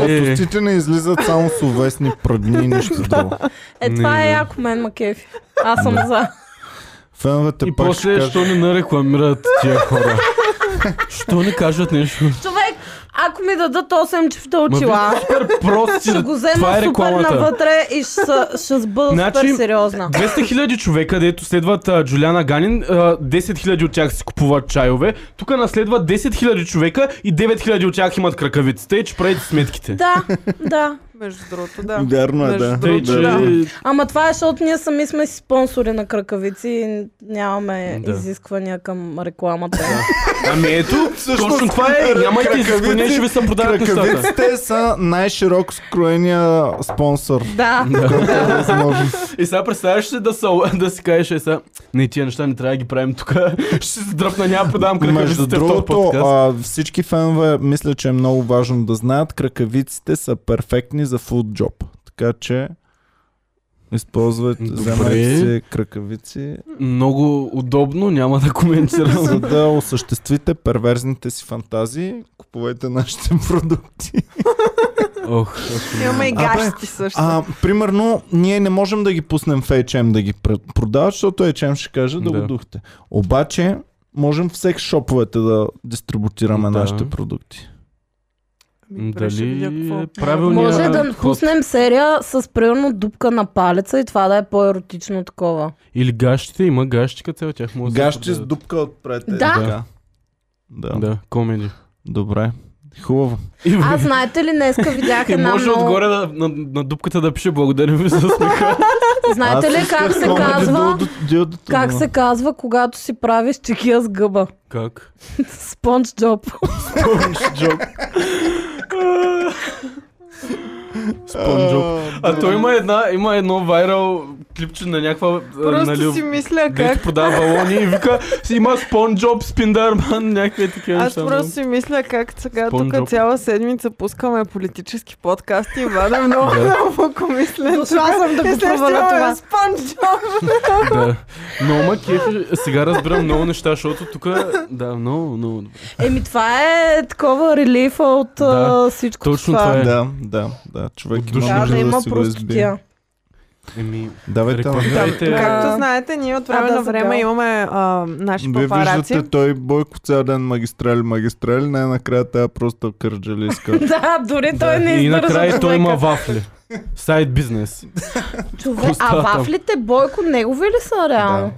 S2: От
S4: е.
S2: устите не излизат само словесни прадни и нищо друго.
S1: Е, това
S4: Не,
S1: е
S4: не.
S1: яко мен, Макефи. Аз съм за.
S2: Феновете
S4: И
S2: пак ще
S4: после,
S2: кажат,
S4: що не нарекламират тия хора? Що не кажат нещо?
S1: Човек, ако ми дадат 8 чифта
S4: Ма
S1: очила,
S4: виж, супер прости.
S1: ще го
S4: Това
S1: взема
S4: е
S1: супер
S4: рекламата.
S1: навътре и ще, са- ще бъда
S4: Значи,
S1: супер сериозна.
S4: 200 хиляди човека, дето следват а, Джулиана Ганин, а, 10 хиляди от тях си купуват чайове. Тук наследват 10 хиляди човека и 9 хиляди от тях имат кракавици. Тъй, че правите сметките.
S1: Да, да.
S3: Между другото, да.
S2: Вярно е,
S3: Между
S2: да.
S4: Тъй, че...
S2: Да.
S1: Ама това е, защото ние сами сме си спонсори на кръкавици и нямаме
S4: Да.
S1: изисквания към рекламата.
S4: Ами ето,
S2: Всъщност,
S4: точно това е. Нямайте
S2: кракавици-
S4: изисквания, ще ви се продават нещата.
S2: Кракавиците са най-широко скроения спонсор.
S1: да.
S2: който е възможно.
S4: И сега представяш се да, са, да си кажеш, е сега, не, тия неща не трябва да ги правим тук. Ще се дръпна, няма да подавам кракавиците
S2: Между
S4: в този
S2: другото,
S4: подкаст.
S2: а, всички фенове мисля, че е много важно да знаят, кракавиците са перфектни за фуд джоб. Така че използвайте,
S4: Добре.
S2: вземайте си кракавици,
S4: Много удобно, няма да
S2: за
S4: коментирам.
S2: да осъществите перверзните си фантазии. Купувайте нашите продукти.
S4: Ох,
S3: Имаме
S2: Абе,
S3: и гащи също.
S2: А, примерно, ние не можем да ги пуснем в HM да ги пр- продават, защото HM ще каже да,
S4: Да.
S2: го духте. Обаче, можем в секс шоповете да дистрибутираме
S4: Да.
S2: нашите продукти.
S3: Ами, добре, ще
S4: дали
S3: видя какво.
S4: е правилният
S1: Може да
S4: ход?
S1: пуснем серия с примерно дупка на палеца и това да е по-еротично такова.
S4: Или гащите, има гащи, като цял тях може
S2: Гащи
S4: да
S2: с
S4: се
S2: дупка отпред. е
S1: Да.
S2: така. Да.
S4: продадат. Да, комеди.
S2: Добре. Хубаво.
S1: А знаете ли, днеска видях
S4: И
S1: една
S4: може
S1: много...
S4: отгоре да, на, на дупката да пише благодарим ви за смеха.
S1: Знаете ли как се казва? Как се казва, когато си правиш чекия с гъба?
S4: как?
S1: Спонж джоб.
S4: Помниш джок. Спонджоб. А той има, една, има едно вайрал клипче на някаква... а,
S3: Просто
S4: нали,
S3: си мисля
S4: Дето
S3: как...
S4: продава балони и вика, си има спонджоб, спиндарман, някакви такива
S3: Аз
S4: неща,
S3: просто си мисля как сега тук
S4: Спонджоб.
S3: цяла седмица пускаме политически подкасти и вада много дълбоко мисля.
S1: Дошла съм да го проваля това.
S3: Спанчо!
S4: много- Да. Но ма кефи, сега разбирам много неща, защото тук... Да, много, много добре.
S1: Еми това е такова релифа от
S4: Да,
S1: а, всичко
S4: точно
S1: това.
S4: това е.
S2: Да, да, да. Човек
S4: Отдушно.
S2: има
S1: Трябва
S2: нужда
S1: да
S2: да,
S1: има
S2: си го избие.
S1: простотия.
S4: Еми,
S2: Давайте на
S4: рекламирайте.
S3: Както знаете, ние от време
S1: А, да,
S3: на време
S1: забелязах.
S3: имаме а, наши
S2: Вие
S3: папараци.
S2: виждате той бойко цял ден магистрали, магистрали, най-накрая тая просто кърджалиска.
S1: Да, дори Е, той не
S4: И
S1: издържа
S4: накрая той
S1: човека.
S4: има вафли. Сайд бизнес.
S1: Човек, а
S4: Остава там.
S1: вафлите, Бойко, негови ли са реално?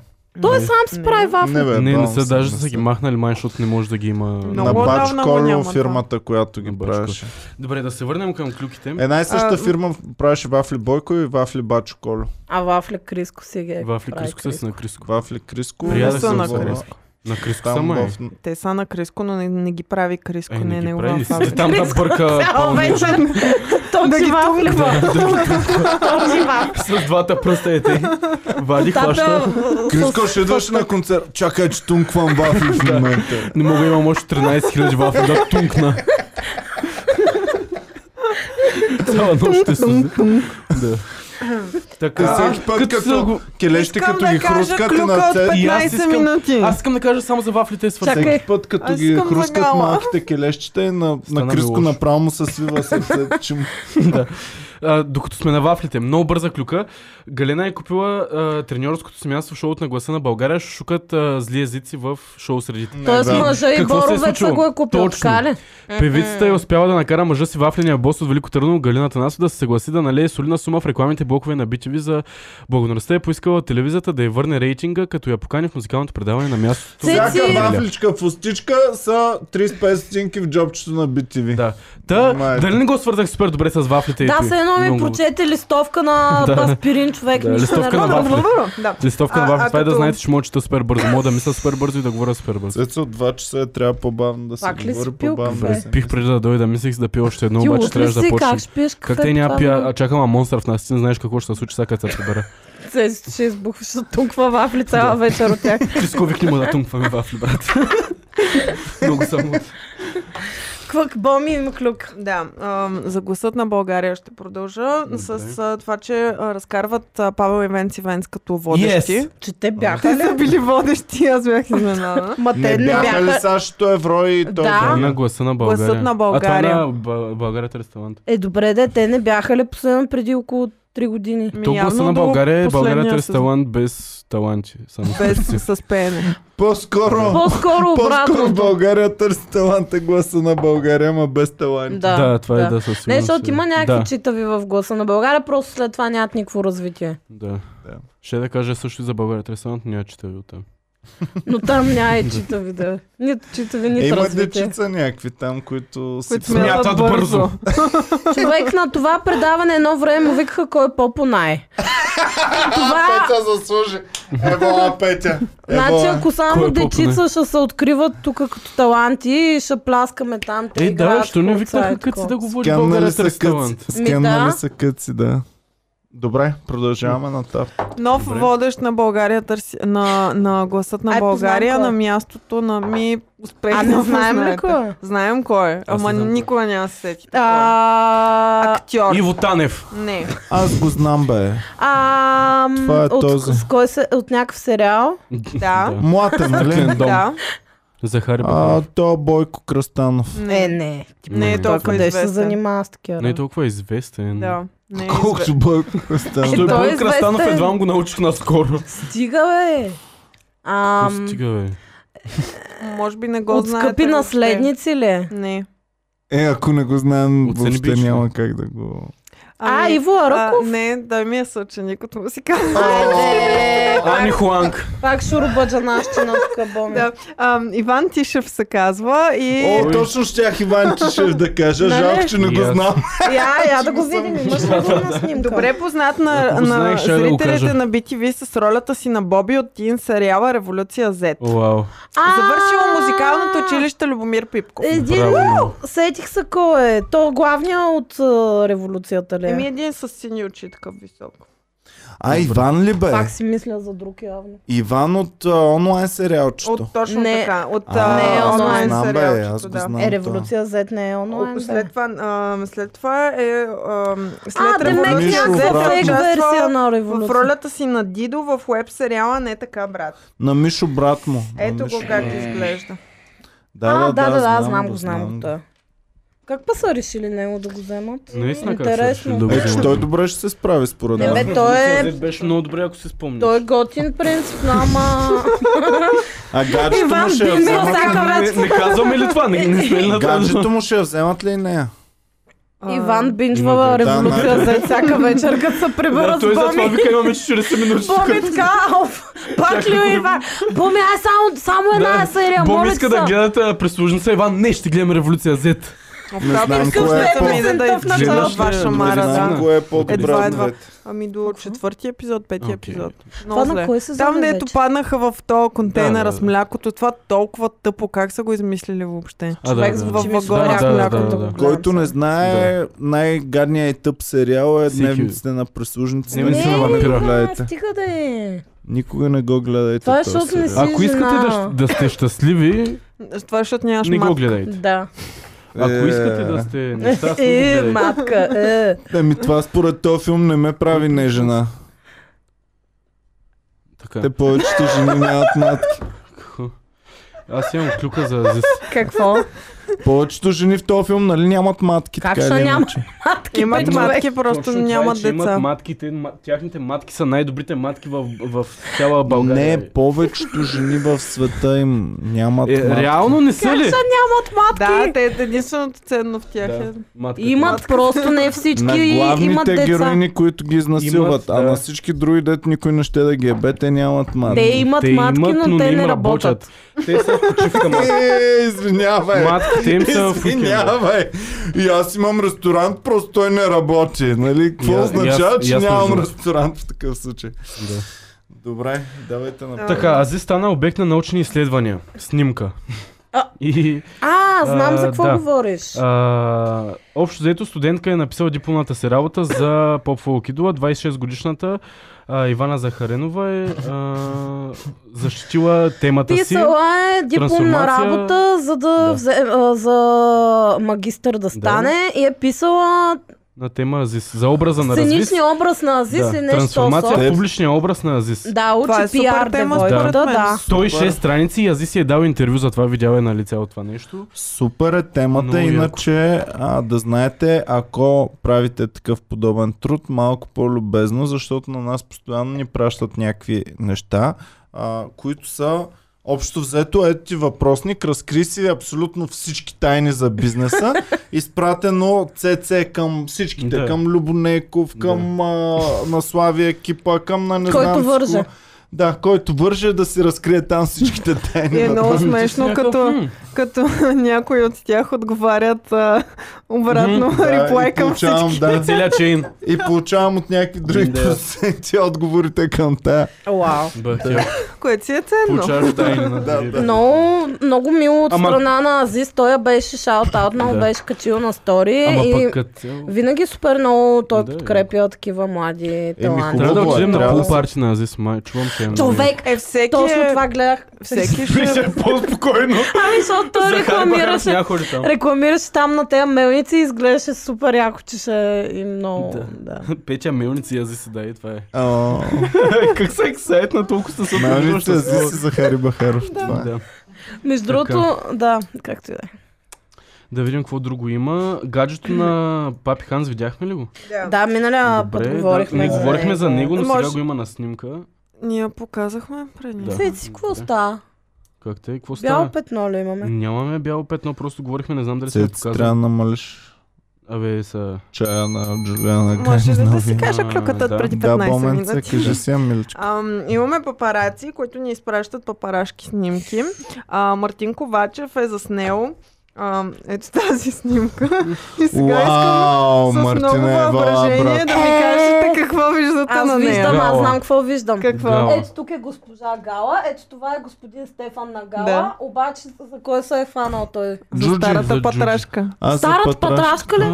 S1: Той сам си
S3: Не.
S1: прави вафли.
S2: Не, бе,
S4: Не, не
S2: бавно
S4: са, даже
S2: не
S4: са ги махнали май, защото не може да ги има.
S2: На
S3: Много
S2: Бач
S3: отдавна го
S2: Коро
S3: няма това.
S2: фирмата, която ги
S4: На Бач Коро.
S2: правеше.
S4: Добре, да се върнем към клюките.
S2: Една и съща
S3: А,
S2: фирма правеше вафли Бойко и вафли Бач Коло.
S1: А вафли Криско си ги е
S4: Вафли
S1: прави
S4: Криско са си на Криско.
S2: Вафли Криско.
S4: Прия
S3: Не
S4: да
S3: са
S4: се
S3: на
S4: обзора.
S3: Криско.
S4: На Криско са
S2: Там
S4: май.
S2: в...
S3: Те са на Криско, но не, не ги прави Криско,
S4: Е,
S3: не е
S4: не ги
S3: негова
S4: прави.
S3: фабрика.
S4: Седи там да бърка.
S1: Цяла
S4: пълни.
S1: вечер
S3: Да
S1: този
S3: ги
S1: вафли. Този вафли.
S4: С двата пръста е те. Вади
S1: Тата,
S4: хваща.
S2: Криско, ще идваш на концерт. Чакай, че тунквам вафли в момента.
S4: Не мога, имам още 13 000 вафли да тункна. Цяла нощ ще сузи. Да.
S2: Те
S4: Така
S2: всеки път,
S4: като са
S2: като
S4: го-
S2: келещи,
S3: Искам
S2: като
S3: да
S2: ги
S3: кажа
S2: хрускат
S3: клюка
S2: на
S3: от
S2: цен.
S4: И аз
S3: 15
S4: искам-
S3: минути.
S4: Аз искам да кажа само за вафлите е свързан.
S1: Чакай.
S2: Всеки път, като
S3: Аз
S2: ги
S3: искам
S2: хрускат
S3: загала.
S2: малките келещите, на,
S4: Стана
S2: на
S4: ми
S2: Криско
S4: лошо.
S2: направо му се свива сърцето, че му
S4: А, докато сме на вафлите, много бърза клюка. Галена е купила а, треньорското си място в шоуто на гласа на България. Ще шукат а, зли езици в шоу средите.
S1: Тоест
S2: да.
S1: мъжа и
S4: Какво се е
S1: Боровец са
S4: случило?
S1: го е купил,
S4: Точно.
S1: така ли?
S4: Певицата е успяла да накара мъжа си вафления бос от Велико Търново Галина Танасова да се съгласи да налее солидна сума в рекламните блокове на BTV за благодарността е поискала от телевизията да й върне рейтинга, като я покани в музикалното предаване на мястото.
S1: Цеци!
S2: Всяка
S1: Цици.
S2: вафличка в устичка са 35 стотинки в джобчето на BTV.
S4: Да. Та,
S2: Майко.
S4: дали не го свързах супер добре с вафлите? и
S1: Да,
S4: той?
S1: се едно ми
S4: Много го-
S1: прочете листовка на
S4: Да.
S1: аспирин човек.
S4: Да,
S1: нищо не
S4: листовка на
S1: разбирам.
S4: вафли.
S3: Да.
S4: Листовка на
S3: А- а
S4: вафлите. Това е да
S3: като-
S4: знаете, че мога да чета супер бързо. Мога да мисля супер бързо и да говоря супер бързо.
S2: Цецо, от 2 часа е трябва по-бавно да се
S1: Пак ли
S2: говори,
S1: си пил
S2: по-бавно
S3: Е.
S1: кафе?
S2: да се
S4: Пих преди да дойда, мислех си да пия още едно,
S1: Ти
S4: обаче
S1: луд ли
S4: трябваше да
S1: си? нали?
S4: почнем.
S1: Как ще пиеш кафе?
S4: Как те няма
S1: това?
S4: пия, а чакам а монстър в нас, ти не знаеш какво ще се случи, сега като се прибера.
S1: Се- Ще избухваш от тунква вафли цяла вечер от тях.
S4: Ти скових не му да тункваме вафли, брат. Много съм. луд.
S1: Квък боми има клюк.
S3: Да, а, за гласът на България ще продължа
S4: Добре.
S3: с а, това, че а, разкарват а, Павел Ивенци Венц като водещи.
S4: Yes.
S1: Че те бяха
S3: Те
S1: ли?
S3: са били водещи, аз бях изненадана.
S1: Ма
S2: Не
S1: те не
S2: бяха ли
S1: бяха.
S2: САЩ, евро и той
S1: Да.
S4: е На гласа на България.
S3: Гласът на България.
S4: А това е на Ба- Българията ресторант.
S1: Е, добре, де, те не бяха ли последно преди около 3 години?
S3: Ми
S4: То гласа
S3: явно
S4: на
S3: до
S4: България е Българията
S3: последния
S4: ресторант без таланти. Само.
S3: с- Без с пеене.
S2: По-скоро,
S1: По-скоро
S2: по-скоро
S1: обратно.
S2: България търси таланта гласа на България, ма без талант.
S1: Да,
S4: Да, това е
S1: да.
S4: да със
S1: Не,
S4: сигурност
S1: защото
S4: е.
S1: има някакви
S4: Да,
S1: читави в гласа на България, просто след това нямат никакво развитие.
S4: Да.
S2: Да.
S4: Ще да кажа също и за Българията ресторант, няма чета ви оттам.
S1: Но там няма и читави, да. Нито читави,
S2: Е,
S1: нито
S2: Има
S1: развитие.
S2: дечица някакви там, които си...
S3: Които
S2: Които
S4: смятат
S3: смятат
S4: бързо.
S3: бързо.
S1: Човек на това предаване едно време му викаха кой е по-понай. Това,
S2: Петя заслужи. Ево, Петя. Ево,
S1: значи ако
S4: Кой
S1: само
S4: е по-понай?
S1: дечица ще се откриват тук като таланти и ще пласкаме там. те
S4: Е, да,
S1: играят,
S4: що не
S1: какво е
S4: викнаха
S1: такова.
S4: къци да говори е
S2: скемнали
S4: Българията
S2: са
S4: ресторант?
S2: къци.
S1: Ми
S2: Скемнали
S1: да.
S2: са къци, да. Добре, продължаваме нататък.
S3: Нов
S4: Добре.
S3: водещ на България, търси, на, на гласът на
S1: Ай, познавам
S3: България,
S1: кой е.
S3: на мястото на ми успех.
S1: А не знаем ли кой е?
S3: Знаем кой е, ама
S4: не знам кой е.
S3: никога няма да се сети. А...
S1: А,
S3: Актьор.
S4: Иво Танев.
S3: Не.
S2: Аз го знам, бе.
S1: а,
S2: Това е
S1: от,
S2: този.
S1: С кой се, от някакъв сериал?
S3: Да.
S2: Млатен, нали?
S4: Дом.
S3: Да.
S4: Захари
S2: А,
S4: Бабанов.
S2: то Бойко Кръстанов.
S3: Не.
S1: Е, не.
S3: Не е
S4: М,
S1: Той
S3: толкова
S1: къде ще се
S3: известен.
S1: занимава с такива?
S4: Не е
S1: работи?
S4: толкова известен.
S3: Да. Не е изве-
S2: Колкото Бойко Кръстанов.
S1: Е,
S4: Той
S1: той е
S4: Бой Крастанов
S1: известен.
S4: едва му го научих наскоро.
S1: Стига, бе! Ам,
S4: Стига, бе.
S3: Може би не го
S1: от
S3: знаете.
S1: скъпи
S3: въобще.
S1: наследници ли? е?
S3: Не.
S2: Е, ако не го знаем,
S4: Оцени
S2: въобще
S4: бич,
S2: няма как да го...
S1: А,
S3: Ами,
S1: Иво Аръков?
S3: А, не, да ми е съученик от музикална.
S1: Айде!
S4: Ани Хуанг.
S1: Пак шурубаджанащина тук, Боми.
S3: Да. А, Иван Тишев се казва и...
S2: О, точно щях Иван Чишев да кажа.
S1: Е, Нали?
S2: Жалко, че не
S4: И аз.
S2: го знам.
S1: Я, я да го видим, имаш ли го на снимка?
S3: Добре познат
S4: Ако
S3: на,
S4: го
S3: на
S4: знаех, щях да го
S3: зрителите
S4: кажа.
S3: на BTV с ролята си на Боби от тин сериала Революция Z.
S4: Вау.
S1: А,
S3: Завършила музикалното училище Любомир Пипков.
S1: Един,
S4: Браво.
S1: сетих се кой е. То главния от а, революцията ли? добре.
S3: Еми един с сини очи, така високо.
S2: А, Иван ли бе?
S1: Пак си мисля за друг явно.
S2: Иван от а, онлайн сериалчето.
S3: От точно
S1: Не.
S3: така. От
S2: А,
S1: не,
S3: а,
S1: аз го
S3: онлайн
S2: знам, бе, аз
S3: сериалчето,
S2: го
S3: да.
S2: знам.
S1: Е, революция Z не е онлайн.
S3: О, След
S1: бе.
S3: това, а, след това е... А, след
S1: а, да
S3: революция,
S1: не
S2: Нищо
S1: е
S3: Зет
S2: обратно.
S1: някаква фейк
S3: участва
S1: версия на
S3: В
S1: революция.
S3: ролята си на Дидо в веб сериала не така, брат.
S2: На Мишо брат му. На
S3: Ето
S2: Мишо.
S3: го как изглежда.
S2: Да,
S1: а, да, да, да, знам
S2: го,
S1: го, знам го. той. Как па са решили него да го вземат?
S4: Наистина как се решили
S1: Интересно.
S4: да го
S2: Е, че
S4: вземат?
S2: той добре ще се справи според
S1: Не,
S2: мен.
S1: бе, той е...
S4: Беше много добре, ако си спомняш.
S1: Той е готин принципно, ама...
S2: А гаджето му
S1: Иван
S2: ще я
S1: Димов,
S2: вземат ли?
S1: всяка
S4: не,
S1: врат.
S4: не казваме ли това? Не, не сме ли на
S2: Гаджето му ще я вземат ли и нея?
S3: А,
S1: Иван
S4: има
S1: бинчва
S4: го.
S1: революция
S2: Да,
S1: за всяка вечер, като се прибера
S4: Да,
S1: с
S4: той е за това
S1: Боми.
S4: вика имаме 40 минути.
S1: Боми така, ауф, пак ли
S4: Чакай,
S1: е Иван? Боми, ай само, само една
S4: Да,
S1: серия,
S4: Бом
S1: моля
S4: иска
S1: ти
S4: да
S1: се.
S4: гледат а, прислужница. Иван, не, ще гледаме Революция Z.
S2: Не знам
S1: искам
S2: кое
S1: да
S2: е
S1: е
S2: по...
S1: песен.
S3: да
S1: Гледаш
S3: излиза
S4: ли
S3: от ваша
S4: я?
S2: Не
S3: мара,
S4: Добре,
S2: знам
S4: да.
S3: да.
S2: кое е по-добре
S3: Едва,
S2: от
S3: едва.
S2: двете.
S3: Ами до четвърти епизод, петия
S4: Окей.
S3: епизод. Много
S1: Това на
S3: зле.
S1: кое се
S3: Там, е
S1: заде
S3: дето
S1: вече?
S3: паднаха в то контейнера
S4: Да, да,
S3: с
S4: да.
S3: млякото, това толкова тъпо, как са го измислили въобще?
S4: А, да,
S1: Човек
S4: да.
S1: с
S3: в
S1: Ми се
S3: вагоня
S1: да,
S3: с
S1: да,
S3: млякото.
S4: да, да.
S3: го
S2: Който не
S3: гледам.
S2: знае, най-гадният и тъп сериал е
S4: Всеки-
S2: Дневниците на прислужниците.
S4: Дневниците
S2: Никога
S4: на
S2: не го
S4: вампира.
S1: А,
S2: гледайте.
S1: стига да е.
S2: Никога не го гледайте.
S1: Това е
S2: този
S1: защото не
S2: сериал.
S1: си
S4: Ако искате да,
S1: жена.
S4: да сте щастливи,
S3: Това е, защото нямаш
S4: не го
S3: мат.
S4: гледайте.
S1: Да.
S4: Ако
S2: Е.
S4: искате да сте нещастни, не
S1: Е,
S4: гледайте.
S1: матка, е.
S2: Еми това според този филм не ме прави нежена.
S4: Така.
S2: Те повечето жени нямат матки.
S4: Аз имам клюка за Азис.
S1: Какво?
S2: Повечето жени в този филм нали нямат матки.
S1: Как
S2: така
S1: ще
S2: или
S1: няма
S2: иначе.
S1: Матки,
S3: Имат
S1: бе, човек.
S3: матки, просто
S4: Точно това
S3: нямат
S4: е, че Имат
S3: деца.
S4: матките, ма- тяхните матки са най-добрите матки в, в цяла България.
S2: Не, повечето жени в света им нямат
S4: е,
S2: матки.
S4: реално не са
S1: Как
S4: ли?
S1: ще нямат
S3: Да,
S1: матки?
S3: те е единственото ценно в тях е.
S4: Да, матката.
S1: Имат просто не
S2: На
S1: всички имат
S2: главните
S1: деца.
S2: героини, които ги изнасилват,
S4: Имат,
S2: а
S4: да.
S2: на всички други дет никой не ще да ги ебе, те нямат
S1: Те
S2: матки.
S1: имат
S4: Те
S1: матки,
S4: имат,
S1: но те не работят.
S4: Те са в почивка матки.
S2: Е, извинявай!
S4: Матките им са в уикенда.
S2: Извинявай! И аз имам ресторант, просто той не работи. Нали?
S4: Я-
S2: Какво
S4: я-
S2: означава, че
S4: ясно
S2: нямам
S4: знам.
S2: ресторант в такъв случай?
S4: Да.
S2: Добре, давайте на...
S4: Така, Азис стана обект на научни изследвания. Снимка.
S1: А.
S4: И
S1: А, знам за
S4: А, да.
S1: какво говориш.
S4: а, общо заето студентка е написала дипломната си работа за поп фолк идола. 26 годишната а, Ивана Захаренова е а, защитила темата си.
S1: Писала е дипломна
S4: трансформация.
S1: работа, за да,
S4: Да.
S1: Взе, а, за магистър да стане и е писала
S4: на тема Азис. За образа на развис.
S1: сценичния образ на Азис и нещо
S4: Трансформация
S1: сорт.
S4: в публичния образ на Азис.
S1: Да,
S3: Това е
S1: учи
S3: супер
S1: пиар
S3: тема,
S1: девойката,
S4: според
S3: мен.
S1: да.
S4: 106 страници и Азис си е дал интервю за това, видяла е на лице от това нещо.
S2: Супер е темата,
S4: Много яко.
S2: иначе а, да знаете, ако правите такъв подобен труд, малко по-любезно, защото на нас постоянно ни пращат някакви неща, а, които са общо взето ето ти въпросник, разкри си абсолютно всички тайни за бизнеса, изпратено ЦЦ към всичките,
S4: Да.
S2: към Любонеков, към а, на Слави екипа, към на не
S1: Който
S2: знам си
S1: върже.
S2: кого. Да, който върже да си разкрие там всичките тайни.
S3: И е
S2: на
S3: много
S2: бизнеса.
S3: смешно,
S4: Някакъв,
S3: като,
S4: м,
S3: като някои от тях отговарят а, обратно,
S4: Мгм,
S2: Да, и
S3: реплай към
S2: получавам,
S3: всички.
S2: Да.
S4: Целият чейн.
S2: И получавам от някакви други
S4: Да.
S2: проценти отговорите към тая.
S1: Вау.
S4: Бъх, тя
S3: Което си е ценно.
S4: получаваш тайни на
S2: Да,
S4: другия.
S2: да.
S1: Много, много мило от
S4: Ама-
S1: страна на Азис. Той я беше шаут-аут, много
S4: Да.
S1: беше качил на стори
S4: Ама
S1: е, и
S4: пък като цяло.
S1: винаги супер много той
S4: Да,
S1: подкрепя такива млади таланти.
S4: Трябва да
S2: Хубаво е,
S4: отидем на
S2: трябва да
S4: пул
S2: се-
S4: парти на Азис, май. Чувам, че е много
S1: Човек,
S3: Е, всеки
S1: точно
S3: е,
S1: това гледах.
S3: Всеки ще...
S4: е по-спокойно.
S1: Ами, защото той рекламираше
S4: там.
S1: Рекламираше там на тези мелници и изглеждаше супер яко, че ще и много...
S4: Да.
S1: Да.
S4: Петя мелници Азис си дай, това е.
S2: О,
S4: как се ексайт на толкова сте се
S2: Мелниците си си Захари Бахаров. Това е.
S4: е Да.
S1: Между
S4: Така.
S1: другото, да, както и да е.
S4: да видим какво друго има. Гаджето на Папи Ханс, видяхме ли го?
S1: Да, миналия път говорихме
S4: да, не
S1: за
S4: говорихме за него, но
S3: Може-
S4: сега го има на снимка.
S3: Ние показахме преди.
S4: Да.
S1: Цеци, какво
S4: Добре.
S1: става?
S4: Как те? Какво
S1: Бяло
S4: става?
S1: петно ли имаме?
S4: Нямаме бяло петно, просто говорихме, не знам дали сме
S2: Цеци, трябва да
S4: показали.
S2: намалиш
S4: Абе, са...
S2: чая на Джулиана
S3: Може ли да си
S2: Гайновина.
S4: А,
S3: кажа клюката
S4: да.
S3: от преди
S2: Да,
S3: 15
S2: боменца,
S3: минути?
S2: кажи си я, миличка.
S3: Ам, имаме папараци, които ни изпращат папарашки снимки. А, Мартин Ковачев е заснел А, ето тази снимка. И сега искам
S2: Уау,
S3: с много
S2: Мартина е
S3: въображение
S2: брат.
S3: да ми
S1: Е,
S3: кажете какво виждате на
S1: Аз
S3: нея.
S1: виждам, аз
S4: Гала.
S1: знам какво виждам.
S3: Какво?
S4: Гала.
S1: Ето тук е госпожа Гала, ето това е господин Стефан на Гала,
S3: Да.
S1: обаче за кой се е фанал той?
S3: За
S2: Джуджи,
S4: за
S3: старата
S4: Джуджи.
S3: патрашка.
S2: Аз за
S1: Старата
S2: патраш-
S1: патрашка ли?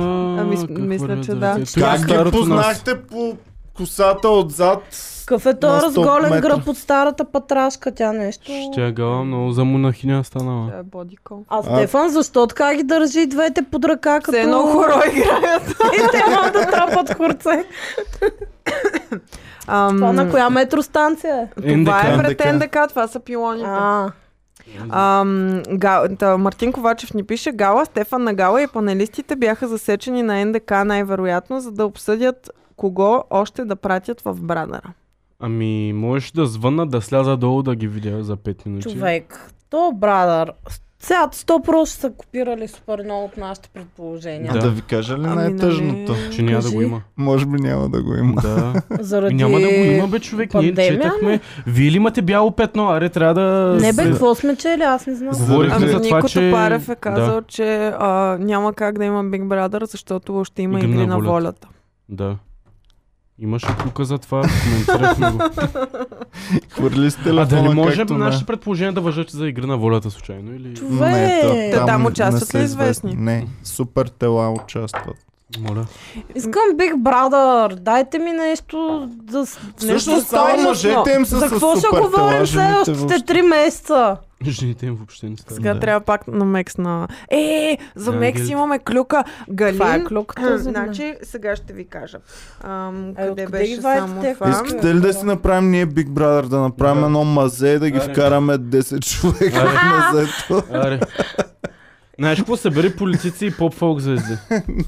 S3: Ами,
S4: как
S3: мисля,
S4: вървят
S3: че да.
S4: ръцете? Това е
S2: Как ги
S4: старото нас.
S2: познахте по косата отзад?
S1: Какъв е
S2: На
S1: този
S2: 100
S1: разголен
S2: метра.
S1: гръб от старата патрашка, тя нещо?
S4: Ще гала много за монахиня станала.
S3: Е, Бодикол.
S1: А
S2: А-
S1: Стефан, защо така ги държи двете под ръка, като...
S3: Все едно хоро играят.
S1: И те могат да трапат хорце.
S3: Ам,
S1: Това на коя метростанция е?
S3: Това е
S4: НДК.
S3: пред НДК, това са пилоните.
S1: А,
S3: Ам, га, та, Мартин Ковачев ни пише, Гала, Стефан на Гала и панелистите бяха засечени на НДК най-вероятно, за да обсъдят кого още да пратят в Брадъра.
S4: Ами, можеш да звънна, да сляза долу да ги видя за 5 минути.
S3: е-
S1: човек, то, брадър, сега 100% ще са копирали супер много от нашите предположения.
S2: Да.
S4: Да.
S2: да ви кажа ли
S3: Ами,
S2: най-тъжното?
S3: нали?
S4: Че няма да
S1: Кажи.
S4: го има.
S2: Може би няма да го има.
S4: Да.
S1: Заради...
S4: И няма да го има, бе, човек. Ние
S1: пандемия,
S4: четахме. Вие ли имате бяло петно? Аре, трябва да...
S1: Не бе,
S4: се-
S1: какво сме чели? Аз не знам.
S2: Ами,
S4: Говорихме
S3: Ами
S4: за това,
S3: Нико
S4: че...
S3: Топарев е казал,
S4: Да,
S3: да. че а, няма как да има Big Brother, защото ще има игри, на волята.
S4: да. Имаше тук за това, коментирахме го.
S2: Хвърли с телефона,
S4: А дали може
S2: както на-
S4: нашите предположения да въжат за игра на волята случайно? Или...
S2: Не, то-
S1: Човек!
S3: Та там
S2: не
S3: участват
S2: са
S3: ли известни?
S2: Не, супер тела участват.
S4: Моля.
S1: Искам Big Brother. Дайте ми нещо да... с-
S2: Всъщност
S1: нещо
S2: само мъжете им са
S1: За
S2: с
S1: какво ще
S2: супер тела,
S1: говорим
S2: жените
S1: следващите
S2: въобще.
S1: три месеца?
S4: Жените им въобще не стават.
S3: Сега
S2: Да.
S3: трябва пак на Мекс на... Е, за
S4: Да,
S3: Мекс
S4: Ангелите.
S3: имаме клюка.
S1: Това е
S3: Галин,
S1: клюката за мен.
S3: Значи, сега ще ви кажа. Ам,
S1: Е,
S3: къде
S1: откъде ги
S3: беше
S1: вадите
S3: само
S1: те?
S3: това?
S1: Искам-
S2: Искате ли да си направим ние Big Brother, да направим
S4: Да.
S2: едно мазе и да ги
S4: Аре.
S2: вкараме 10 човека в мазето?
S4: Аре. Знаеш какво събери политици и поп-фолк звезди?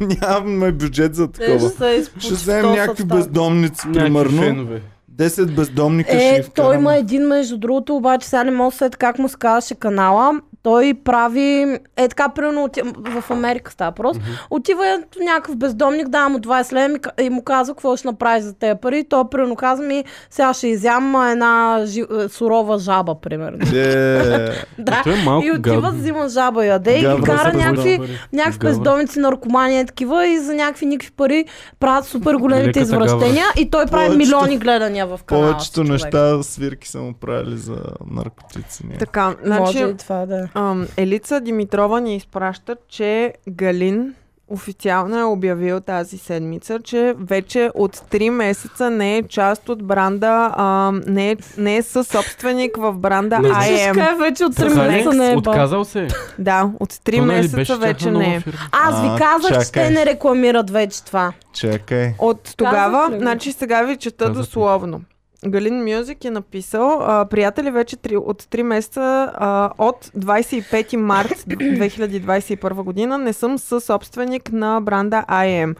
S2: Нямаме бюджет за
S1: Те ще
S2: такова.
S1: се изпочтосат
S2: Ще вземем някакви
S1: там.
S2: бездомници,
S4: Някакви
S2: примерно.
S4: фенове.
S2: 10 бездомника ще ги
S1: Е, той има
S2: вкараме.
S1: един, между другото, обаче сега не мога да се сетя как му се казваше канала. Той прави, е така, примерно оти... в Америка става просто. Отива до някакъв бездомник, дава му 20 лева и ми ка- и му казва какво ще направи за тези пари. Той примерно казва ми, сега ще изям а, една жи... е, сурова жаба, примерно.
S2: Е,
S1: да.
S4: Той е малко
S1: И отива,
S4: гадно.
S1: взима жаба, яде и ги
S2: Гавра
S1: кара
S2: се
S1: някакви,
S4: разбира.
S1: някакви
S4: Гавра.
S1: бездомници, наркомани и такива и за някакви никакви пари правят супер големите
S4: Великата
S1: извращения и той прави
S2: Повечето-
S1: милиони гледания в канала.
S2: повечето неща свирки са му правили за наркотици. ние.
S3: Така,
S1: Значи... Може
S3: значи
S1: и това да е.
S3: ам, Елица Димитрова ни изпраща, че Галин официално е обявил тази седмица, че вече от 3 месеца не е част от бранда, ам, не, е, не е със собственик в бранда
S4: Не,
S3: IM.
S1: е вече от 3
S4: Захаренко
S1: месеца не е бал.
S4: отказал се.
S3: Да, от 3
S4: То, нали,
S3: месеца
S4: беше
S3: вече
S4: тяхна
S3: не
S4: нова
S3: е.
S4: фирма?
S1: Аз ви
S2: А,
S1: казах, че
S2: чакай.
S1: те не рекламират вече това.
S2: Чакай.
S3: От
S1: Казах ли
S3: тогава,
S1: го?
S3: значи сега ви чета
S4: Казах ли?
S3: дословно. Галин Мюзик е написал, а, приятели, вече три, от 3 месеца а, от 25 март 2021 година не съм съсобственик на бранда IM.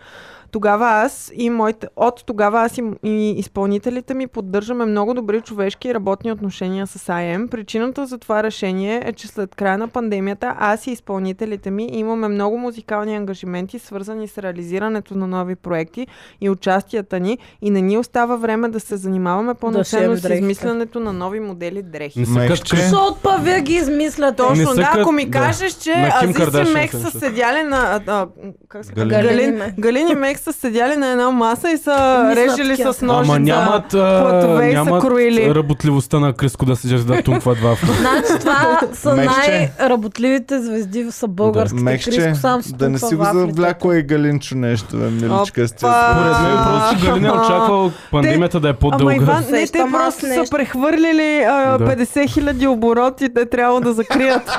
S3: Тогава аз и моите, от тогава аз и, и изпълнителите ми поддържаме много добри човешки и работни отношения с IM. Причината за това решение е, че след края на пандемията аз и изпълнителите ми имаме много музикални ангажименти, свързани с реализирането на нови проекти и участията ни и не ни остава време да се занимаваме пълноценно
S1: шием
S3: с
S1: дрехите.
S3: измисленето на нови модели дрехи.
S4: Не се
S2: Майче.
S4: качка.
S1: Защото па вие ги измисляте.
S4: Не
S3: Точно,
S4: са
S3: да,
S4: кът-
S3: ако ми
S4: да.
S3: кажеш, че
S4: На Ким
S3: Азис и
S4: Кардашиан
S3: Мек
S4: се
S3: са
S4: нещата.
S3: седяли на... А, а, как се казва?
S2: Галин.
S1: Галин и
S3: Галин,
S1: Мек.
S3: Галин и Мек са седяли на една маса и са
S1: Мислят
S3: режели
S1: такива.
S3: с
S4: Ама
S3: ножица.
S4: нямат, а,
S3: платове и са
S4: нямат
S3: кроили.
S4: работливостта на Криско да седят да тумква два. Е,
S1: Значи това са
S2: Мехче.
S1: най-работливите звезди, са българските.
S2: Мехче,
S1: Криско сам си
S2: да не
S1: пуква
S2: си го
S1: вафлите.
S2: завляко и галинчо нещо, бе, миличка сте.
S3: Опа!
S4: Поред мен просто Галина е очаквал пандемията да е
S3: Ама
S4: по-дълга.
S3: Иван, не, те
S1: Сещам аз
S3: просто са
S1: нещо.
S3: прехвърлили а,
S4: Да.
S3: 50 хиляди обороти, те трябва да закрият.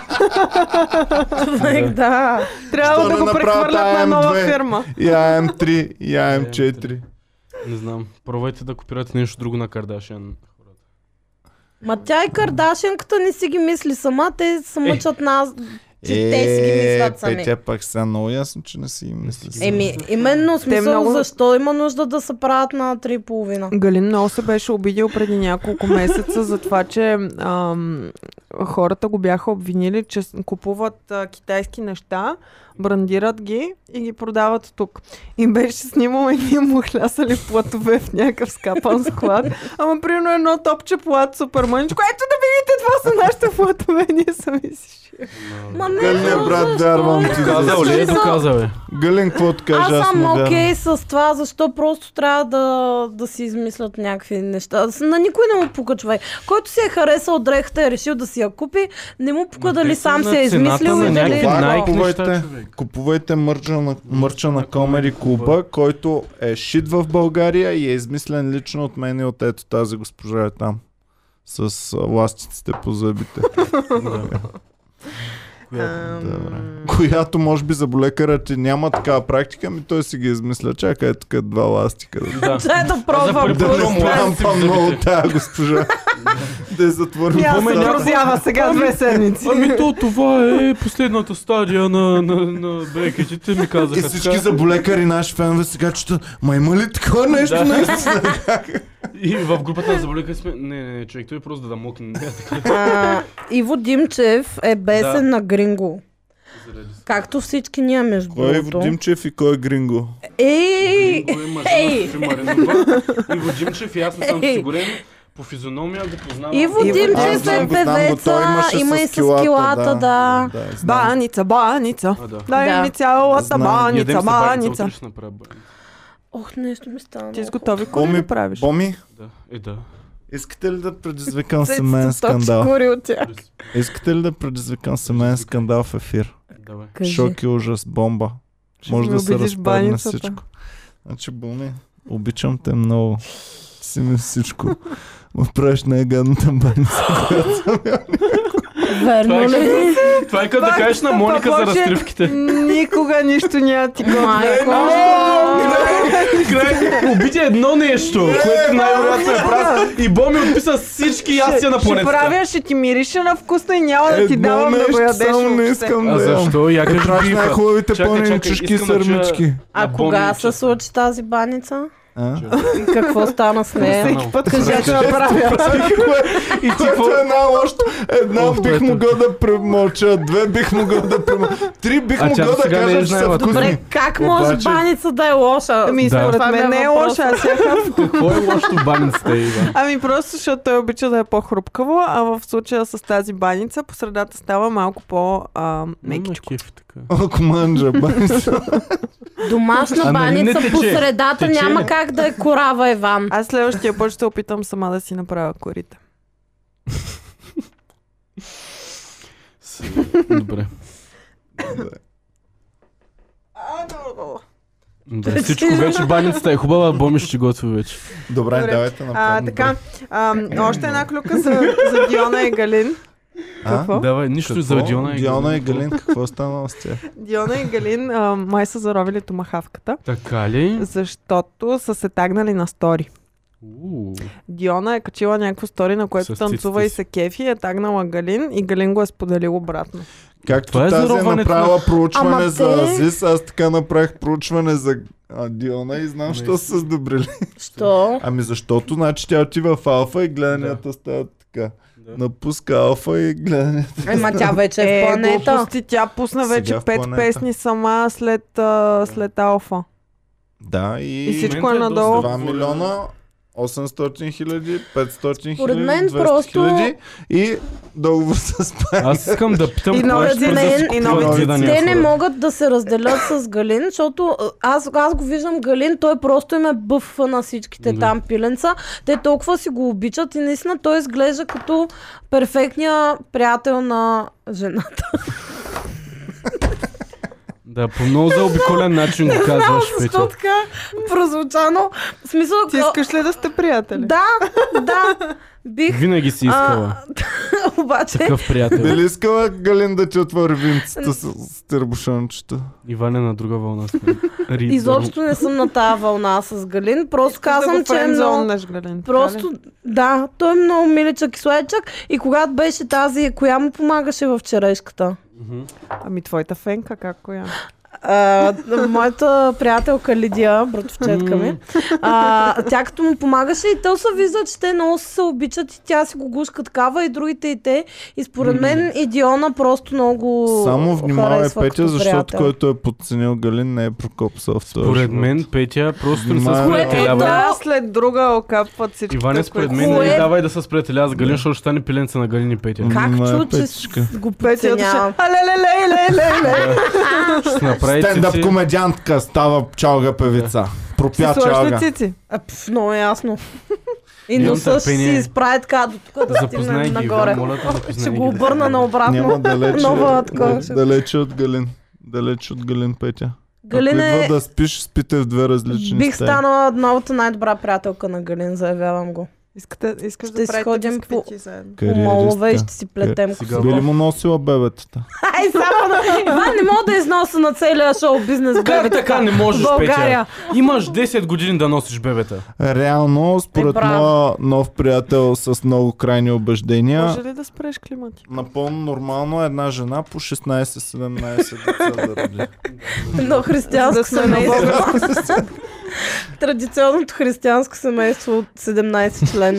S1: Човек, да.
S3: трябва
S2: Що
S3: да
S2: не
S3: го
S2: направят
S3: прехвърлят на нова
S2: IM2?
S3: фирма.
S2: И АМ3, и АМ4.
S4: Не знам. Пробвайте да копирате нещо друго на Кардашиан.
S1: Ма тя и Кардашенката не си ги мисли сама, те
S2: Е.
S1: се мъчат нас, че те си ги мислят сами.
S2: Петя пак сега много ясно, че не си ги мисли сама.
S1: Еми, именно смисъл,
S3: много-
S1: защо има нужда да се правят на 3,5.
S3: Галин много се беше обидил преди няколко месеца за това, че ам, хората го бяха обвинили, че с- купуват а, китайски неща, брандират ги и ги продават тук. И беше снимал едни му хлясали платове в някакъв скапан склад. Ама примерно едно топче плат, супер мъничко. Ето да видите, това са нашите платове, ние сами си шием.
S1: Ма не,
S2: Галин,
S1: но
S2: брат,
S1: защо?
S2: вярвам ти.
S4: Казал ли е, доказал е.
S2: Галин, какво ти
S1: Аз
S2: кажа?
S1: съм
S2: му вярвам.
S1: окей с това, защо просто трябва да, да си измислят някакви неща. С- На никой не му пука човек. Който си е харесал дрехата и е решил да си я купи, не му пука
S4: Ма
S1: дали
S4: те са
S1: сам
S4: на
S1: си е
S4: цената
S1: измислил
S4: на
S1: и дали...
S4: някакви
S1: е
S2: Това
S1: такова.
S4: най- неща,
S2: купувайте,
S4: човек.
S2: купувайте мърча на, мърча на Комери клуба, който е шит в България и е измислен лично от мен и от ето тази госпожа е там. С а, ластиците по зъбите.
S3: Ам,
S2: Добре. Която може би за болекарът ти няма такава практика, ми той си ги измисля. Чакай тук два ластика. Да,
S4: Да.
S1: Дай да
S4: първи
S1: пробвам.
S4: път
S2: да
S1: просто.
S2: не лампа много тая госпожа. да я затворим
S3: Тя се
S4: Имаме някакво-
S3: грозява сега две седмици.
S4: Ами то това е последната стадия на, на, на брекетите, ми
S2: И
S4: казаха
S2: всички заболекари наши фенове сега четат, ма има ли такова нещо?
S4: Да.
S2: наистина?»
S4: И в групата на заболека сме... Не, не, не, човек, той е просто да да мокне. Не, така,
S1: А, Иво Димчев е бесен
S4: Да.
S1: на Гринго.
S4: заради се.
S1: Както всички ние между
S2: Кой е
S1: другото.
S2: Водимчев и кой е Гринго?
S1: Ей!
S4: Гринго е мъж,
S1: Ей!
S4: Софи Маринова, Иво Джимчев и аз не съм
S1: Ей!
S4: сигурен. По физиономия го познавам.
S1: Иво
S3: Иво Димчев.
S1: Димчев е
S2: знам го, знам го, той
S1: певеца,
S2: имаше
S1: има и с килата, да.
S2: да знам.
S3: Баница, баница.
S4: А, да.
S3: Дай
S1: Да.
S3: ми цялата
S2: Знам.
S3: баница, баница.
S4: Утрешна праба.
S1: Ох, нещо ми стана.
S3: Ти с
S1: много
S3: готови
S2: Боми,
S3: кури ли правиш?
S2: Боми,
S4: Да, е да.
S2: искате ли да предизвикам
S1: Цецата
S2: семейен скандал?
S1: Скури от тях.
S4: Плюс.
S2: Искате ли да предизвикам семейен скандал в ефир?
S4: Давай.
S1: Кажи.
S2: Шок и ужас, бомба. Може
S3: ми
S2: да се
S3: обидиш
S2: разпадне
S3: баницата.
S2: всичко. Значи, Боми, обичам те много. Ти Си ми всичко. Ма правиш най-гадната баница.
S1: Верно
S4: Това е,
S1: ли?
S4: като, това е като да кажеш на Моника за
S3: Папоче,
S4: разтривките.
S3: Никога нищо няма ти
S1: Майко!
S4: Край, обиди едно нещо, което най-вероятно е прав. И Боми отписа всички ястия на
S3: Ще
S4: планетата.
S3: правя, ще ти мирише на вкусно и няма да ти давам да го ядеш
S2: само не
S3: въобще.
S2: искам
S4: А
S2: да ям.
S4: защо? Я
S2: Е,
S4: кажа
S2: правиш
S4: бифа.
S2: най-хубавите
S4: Чакай,
S2: пълнени
S4: чакай,
S2: чушки и
S4: искам да чуя-
S2: сърмички.
S1: А
S4: Напомни,
S1: кога
S4: че-
S1: се случи тази баница?
S2: А?
S1: Какво стана с нея?
S4: Останал.
S3: Е, Път кажете
S4: е
S3: да правя.
S2: И ти
S4: какво?
S2: е една още. Една
S4: Ох,
S2: бих
S4: ето.
S2: могъл да премълча, две бих могъл да премълча, три бих
S4: А тя
S2: могъл
S4: до
S2: да
S4: сега не е
S2: кажа, че са
S4: знаела това.
S2: вкусни.
S1: Добре, как може
S2: Обаче-
S1: баница да е лоша?
S3: Ами
S4: Да.
S3: според
S1: Това ми е
S3: мен не е
S1: въпросът.
S3: лоша, аз сега...
S4: Какво е лошото в баницата, Ива?
S3: Ами просто, защото той обича да е по-хрупкаво, а в случая с тази баница по средата става малко по-мекичко.
S4: Ма, кеф така.
S2: О, команджа, баница.
S1: Домашна
S4: Ама нали не
S1: баница по
S4: тече?
S1: средата
S4: Тече
S1: няма
S4: ли?
S1: как да е корава, Иван.
S3: Аз следващия път ще опитам сама да си направя корите.
S4: С- Добре. Да, всичко вече баницата е хубава, Боми ще готви вече.
S2: Добре,
S3: Добре.
S2: давайте
S3: А,
S2: направим.
S3: така, а, още една клюка за, за Диона и Галин.
S2: А?
S3: Какво?
S4: Давай, нищо е. за Диона и
S2: Диона и
S4: Галин.
S2: Галин, какво е станало с тях?
S3: Диона и Галин а, май са заровили томахавката,
S4: Така ли?
S3: защото са се тагнали на стори.
S4: Уу.
S3: Диона е качила някакво стори, на което
S4: С
S3: танцува
S4: циците
S3: и
S4: си.
S3: се кефи, е тагнала Галин и Галин го е споделил обратно.
S2: Както
S4: Това е
S2: тази е
S4: зароването на-
S2: направила проучване
S1: Ама
S2: за
S1: те-
S2: Азис, аз така направих проучване за а, Диона и знам, що са се сдобрили.
S1: Що?
S2: Ами защото, значи тя отива в Алфа и гледанията стават така.
S4: Да.
S2: Напуска Алфа и гледанията.
S1: Ема тя вече е в планета.
S3: глупости, тя пусна
S2: Сега
S3: вече
S2: в
S3: пет
S2: планета.
S3: песни сама след, а, след Алфа.
S2: Да, и...
S3: И всичко е
S4: Моментът доста
S3: надолу.
S2: 2 милиона, 800 хиляди, 500
S1: Според
S2: хиляди,
S1: мен
S2: 200
S1: просто-
S2: хиляди и договор с Пани.
S4: Аз искам да питам
S3: И
S4: кога
S3: нови
S4: ще
S3: ден-
S4: спрат да си
S1: и
S4: купуват
S3: нови
S4: тези
S3: ден- е
S4: дания
S1: Те не
S4: хора.
S1: могат да се разделят с Галин, защото а, аз, аз го виждам Галин, той просто им е бъф на всичките
S4: Да.
S1: там пиленца. Те толкова си го обичат и наистина той изглежда като перфектния приятел на жената.
S4: Да, по много заобиколен начин го казваш,
S1: Защо
S4: Петя.
S1: така прозвуча, но в смисъл...
S3: Ти искаш ли да сте приятели?
S1: Да, да, бих,
S4: Винаги си искала.
S1: обаче...
S4: Такъв приятел.
S2: Дали искала Галин да ти отвори винцата с, с търбушончето?
S4: Иван е на друга вълна. сме. Рид,
S1: Изобщо не съм на тази вълна с Галин, просто
S3: Искаш да
S1: казвам,
S3: го
S1: че е много...
S3: френдзоннеш, Галин, така ли?
S1: Просто, да, той е много миличък и сладичък. И когато беше тази, коя му помагаше в черешката?
S4: да. Мгм.
S3: Ами твоята фенка, как коя?
S1: А, моята приятелка Лидия, братовчетка ми, а, тя като му помагаше и то се вижда, че те много се обичат и тя си го гушка такава и другите и те. И според мен и Диона просто много
S2: Само внимавай,
S1: харесва
S2: Петя,
S1: като
S2: защото
S1: приятел.
S2: който е подценил Галин не е Прокоп Софтуер.
S4: Според мен Петя просто не се
S2: Внимавай.
S4: спретелява.
S3: Една след друга окапват всички.
S4: е Иване, според мен е-
S1: Кое?
S4: не давай да се спретеля с Галин, защото ще стане пиленца на Галин и Петя.
S2: М.
S1: Как
S2: Ма,
S1: чу, че
S2: е Петичка.
S1: с- го
S3: Петя отише.
S1: подценява? Е,
S3: Алелелелелеле.
S4: Ще се направи
S2: Стендъп
S4: цици.
S2: комедиантка става чалга певица.
S3: Ти
S2: Пропя
S3: сложиш ли
S2: чалга.
S3: цици?
S1: А, пф, много е ясно. И
S4: Имам
S1: носа ще си
S4: търпение.
S1: изправи така до тук да стигне
S4: Запознай ги,
S1: нагоре.
S4: Иван, моля те, запознай
S1: Ще
S4: ги,
S1: го
S4: да.
S1: обърна
S2: Няма
S1: наобратно.
S2: далече,
S1: Нова такова.
S2: далече от Галин. Далече от Галин Петя.
S1: Галин
S2: Ако идва
S1: е...
S2: да спиш, спите в две различни
S1: Бих
S2: стаи.
S1: станала новата най-добра приятелка на Галин, заявявам го.
S3: Искате, искаш
S1: Ще
S3: да
S1: си
S3: правите
S1: ходим по-
S3: бисквити заедно.
S1: По
S2: Кариеристка. Е,
S1: молове и ще си плетем
S4: Сега
S1: коса.
S2: Би ли му носила бебетата?
S1: Ай, само на... Иван не мога да износа на целия шоу бизнес
S4: Как така не можеш,
S1: България.
S4: Петя? Имаш 10 години да носиш бебета.
S2: Реално, според
S1: Е, браво.
S2: моя нов приятел с много крайни убеждения,
S3: Може ли да спреш климати?
S2: напълно нормално е една жена по 16-17 деца да роди.
S1: Но християнско
S3: Да сме наистина.
S1: семейство. Традиционното християнско семейство от 17 член.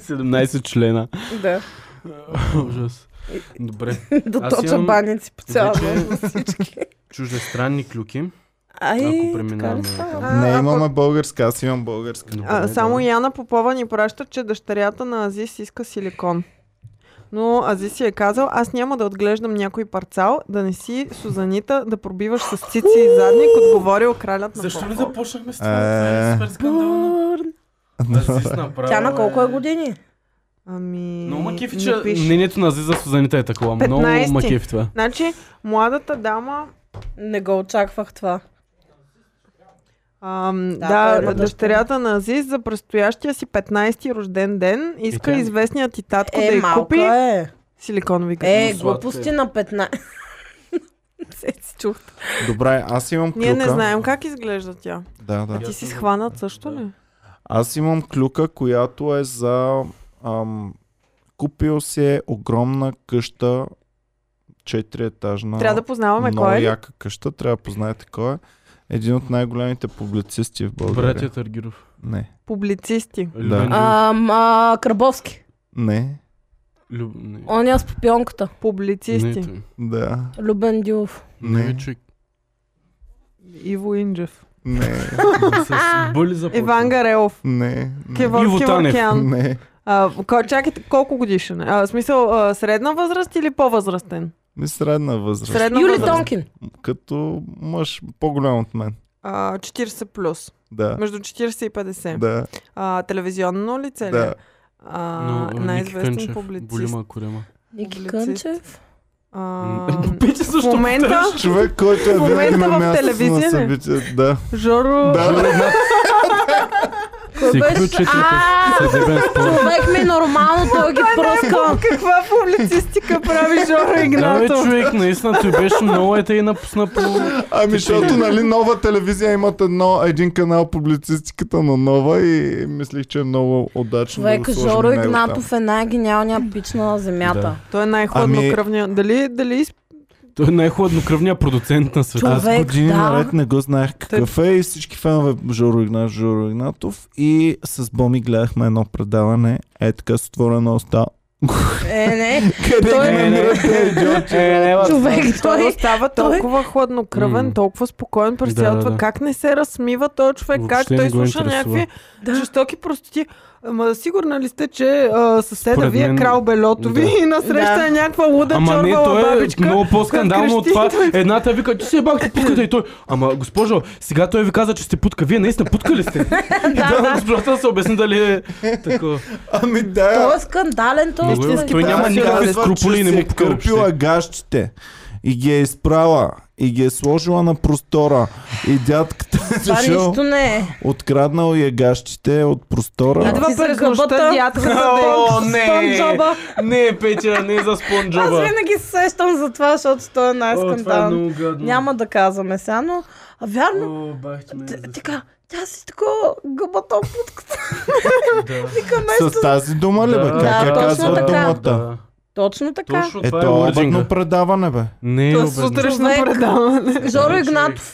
S4: 17 члена.
S1: Да.
S4: Ужас. Добре.
S1: До
S4: Аз
S1: точа
S4: имам
S1: баници по цял
S4: вече-
S1: ден на всички.
S4: Чуждестранни клюки.
S1: Ай,
S4: Ако
S1: Е, така
S4: преминаваме.
S1: ли става?
S3: А,
S2: Не
S3: ако-
S2: имаме българска, аз имам българска.
S3: А,
S4: Добре,
S3: само
S4: да.
S3: Яна Попова ни праща, че дъщерята на Азис иска силикон. Но Азис си е казал, аз няма да отглеждам някой парцал, да не си Сузанита, да пробиваш с цици и задник, отговорил кралят на
S4: Защо не
S3: Попов.
S4: започнахме с
S2: Е.
S4: това? Супер скандално. Азис направо
S1: Тя на колко е
S4: е-
S1: години?
S3: Ами...
S4: Много ма кефи,
S3: не
S4: че
S3: пише.
S4: мнението на Азиза Сузанита е такова. Много
S3: 15.
S4: ма кефи това.
S3: Значи, младата дама...
S1: Не го очаквах това.
S3: Ам,
S1: Да,
S3: да,
S1: той е има
S3: дъщерята на Азис за предстоящия си 15-ти рожден ден иска
S4: И тя-
S3: известният ти татко да
S1: Е,
S3: й
S1: малка
S3: купи
S1: е.
S3: силиконови гъбки.
S1: Е,
S4: Сладка е.
S1: глупости на 15. Не се си чух.
S2: Добре, аз имам клюка.
S3: Ние не знаем как изглежда тя.
S2: Да, да.
S3: Ти
S4: Ясно,
S3: си
S4: да.
S3: схванат също ли?
S2: Аз имам клюка, която е за... Ам, купил си е огромна къща, четириетажна.
S3: Трябва да познаваме
S2: много
S3: кой е.
S2: яка къща, трябва да познаете кой е. Един от най-големите публицисти в България.
S4: Братя Таргиров.
S2: Не,
S3: Публицисти.
S4: Любен Дилов.
S1: Ам, а, Крабовски.
S2: не,
S4: Люб- не.
S1: Оня с попионката.
S4: Не,
S3: Публицисти.
S4: той.
S2: да,
S1: Любен Дилов.
S4: Не,
S2: Не.
S4: бе, човек.
S3: Иво Инджев.
S2: не,
S4: С бъли започна.
S2: е
S3: Иван Гарелов.
S2: не, не,
S3: Кевор
S4: Иво Танев.
S3: Кеворкян.
S2: не.
S3: А, кой- Чакайте, колко годишен е? А, в смисъл, а, средна възраст или по-възрастен?
S2: Ми средна възраст.
S3: Средна
S1: Юли
S3: възраст.
S1: Тонкин.
S2: Като мъж по-голям от мен.
S3: А, 40 плюс.
S2: Да,
S3: Между 40 и 50.
S2: да,
S3: А, телевизионно лице ли?
S2: да.
S3: е? А,
S4: Но, а, Ники
S3: най-известен
S4: Кънчев,
S3: публицист.
S4: Болима Корема.
S1: Ники
S3: Публицист.
S1: Кънчев.
S3: А,
S4: М, Петя
S3: в
S4: също
S3: момента
S2: Човек, който е
S3: В
S2: винаги
S3: момента
S2: на
S3: в
S2: мястото на
S3: телевизия, не?
S2: събитие. Да.
S3: Жоро...
S4: Си
S1: беше?
S4: ключите.
S1: А,
S4: Съдебен спор.
S1: Човек ми нормално, той ги пръска.
S3: Каква публицистика прави Жоро
S4: Да, бе,
S3: Игнатов?
S4: човек, наистина той беше много ете и напусна по...
S2: Ами, защото, нали, нова телевизия имат едно, един канал публицистиката на нова и мислих, че е много удачно
S1: Човек
S2: да го сложим
S1: Жоро
S2: него там.
S1: Игнатов е най-гениалният пич на земята.
S3: Той е най-хладнокръвния.
S2: Ами-
S3: Дали, дали изп-
S4: Той е най-хладнокръвният продуцент на света.
S2: Аз
S1: Човек,
S2: години
S1: да.
S2: наред не го знаех какъв е и всички фенове Жоро Игнатов, Жоро Игнатов и с Боми гледахме едно предаване, е така с отворена уста.
S1: Е, не.
S2: Къде
S1: Той-
S2: ги
S4: Е, не.
S2: намирате, идиоти?
S4: Е, не, бе.
S1: Човек,
S3: Той
S1: той...
S3: остава
S1: той-
S3: толкова хладнокръвен,
S4: М.
S3: толкова спокоен през
S4: Да,
S3: цялото.
S4: да, да.
S3: Как не се разсмива този човек? как
S4: Въобще не
S3: той
S4: го
S3: слуша
S4: интересува.
S3: някакви жестоки простоти? Ама сигурна ли сте, че а, съседа
S4: Според
S3: ви е
S4: мен-
S3: крал белото ви
S4: да.
S3: и насреща
S1: Да.
S3: е някаква луда
S4: Ама не,
S3: чорбала
S4: той е
S3: бабичка?
S4: много по-скандално от
S3: крещи,
S4: това.
S3: той-
S4: Едната вика, ти се бахте путката и той. Ама госпожо, сега той ви каза, че сте путка. Вие наистина путка ли сте? И Да, госпожата да се обясни дали е такова.
S2: Ами да.
S1: Той е скандален, той е
S4: Много е-
S1: човек.
S4: той няма
S2: Тя
S4: никакви
S2: казва,
S4: скрупули
S2: че
S4: и не
S2: си
S4: му нали?
S2: е
S4: пука въобще.
S2: кърпила гащите и ги е изправа и ги е сложила на простора и дядката е
S1: Това
S2: дошъл,
S1: нищо не е.
S2: откраднал и е гащите от простора.
S1: Идва
S3: Ти за
S1: през
S3: гъбата,
S1: нощта
S3: дядката
S4: О,
S1: да
S4: не.
S1: е спонджоба.
S4: Не, Петя, не за
S1: Аз
S4: спонджоба.
S1: винаги се сещам за това, защото той е
S4: О, това е
S1: най-скандален.
S4: много гадно.
S1: Няма да казваме сега, но... А вярно,
S4: О, бахте ме.
S1: т-
S4: за-
S1: така, тя си такова гъбата путката.
S4: Да.
S1: Към
S2: С тази дума ли бе?
S4: Да,
S2: Как я
S1: точно
S2: казва
S1: така.
S2: думата?
S4: Да.
S1: Точно така.
S4: Точно това е,
S2: Ето,
S4: лординга.
S2: обедно предаване, бе.
S4: Не е
S3: То е
S4: обедно.
S3: сутрешно
S1: Човек.
S3: предаване.
S1: Жоро Игнатов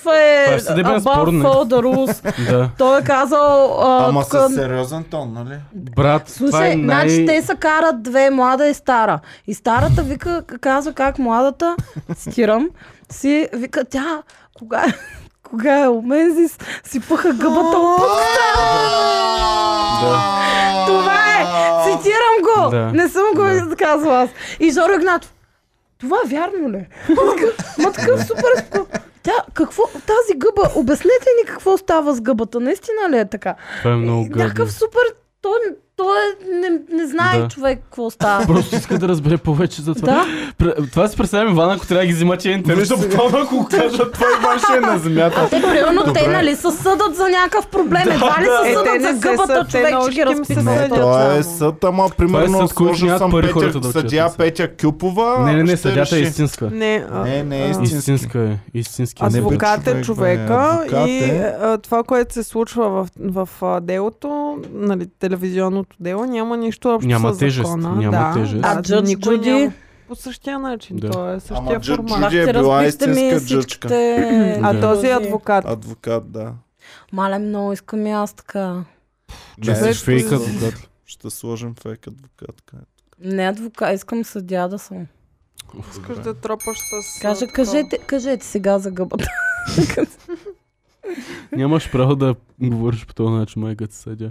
S1: е
S4: значи, Това е съдебен
S1: above
S4: спор, не?
S1: all the rules.
S4: Да.
S1: Той е казал... а,
S2: Ама
S1: тук-
S2: с сериозен тон, нали?
S4: Брат, това
S1: Слушай,
S4: е най...
S1: значи те са карат две, млада и стара. И старата вика, казва как младата, цитирам, си вика, тя, кога, кога е у мен си, си пъха гъбата от
S4: Да.
S1: Това е! Цитирам го!
S4: Да.
S1: Не съм го
S4: Да.
S1: казала аз. И Жоро Игнатов. Това вярно ли? е?» Ма такъв супер спо- Тя, какво, тази гъба, обяснете ни какво става с гъбата. Наистина ли е така?
S4: Това е много гадно.
S1: Някакъв супер, той, той не, не знае
S4: Да.
S1: човек какво става.
S4: Просто иска да разбере повече за това.
S1: Да.
S4: Пр- Това си представям Иван, ако трябва да ги взима, че е интерес, защото буквално ако кажат това Иван ще е на земята.
S1: Те, примерно, те,
S2: Добре.
S1: нали, се съдат за някакъв проблем. Едва ли
S4: да.
S1: се
S3: Е, те
S1: съдат
S3: не
S1: за
S3: се
S1: гъбата,
S3: съд, те
S1: човек
S3: на
S1: ще ги
S3: ушки им се
S1: разпитва.
S2: Не,
S3: съдят.
S2: това е
S3: само.
S2: съд, ама примерно
S4: съд, който
S2: сложил
S4: нямат
S2: съм
S4: пари
S2: Петя,
S4: хората да отидат
S2: съдя
S4: на съд.
S2: Петя Кюпова.
S4: Не, не, не,
S2: ще
S4: съдята е
S2: реши.
S4: истинска.
S3: Не, а,
S2: Не, не е
S3: а,
S2: истинска.
S4: Истинска е. Истински.
S2: не бе,
S3: Адвокат е
S2: човек, бе,
S3: човека
S2: адвокат
S3: и
S2: е.
S3: а, това, което се случва в, в а, делото, нали, телевизионното дело, няма нищо общо
S4: Няма
S3: с
S4: тежест,
S3: закона.
S4: няма
S3: да,
S4: тежест.
S1: А
S3: Да,
S1: Джъдж
S3: никой
S1: Джуди?
S3: няма по същия начин.
S4: Да.
S3: То е същия
S2: Ама Джъдж
S3: формат.
S2: Джуди е
S1: Ще
S2: била
S1: разпишете ми
S2: истинска джъчка.
S1: всичките...
S3: А
S4: Да.
S3: този адвокат.
S2: Адвокат, да.
S1: Мале, много искам и аз така.
S2: Не,
S4: Човек,
S2: ще фейк
S3: ще-
S2: адвокат. Ще сложим фейк адвокат. къде.
S1: Не адвокат, искам съдя да съм.
S3: Искаш да тропаш с...
S1: Кажа,
S3: такова.
S1: кажете, кажете сега за гъбата.
S4: Нямаш право да говориш по този начин, майка ти съдя.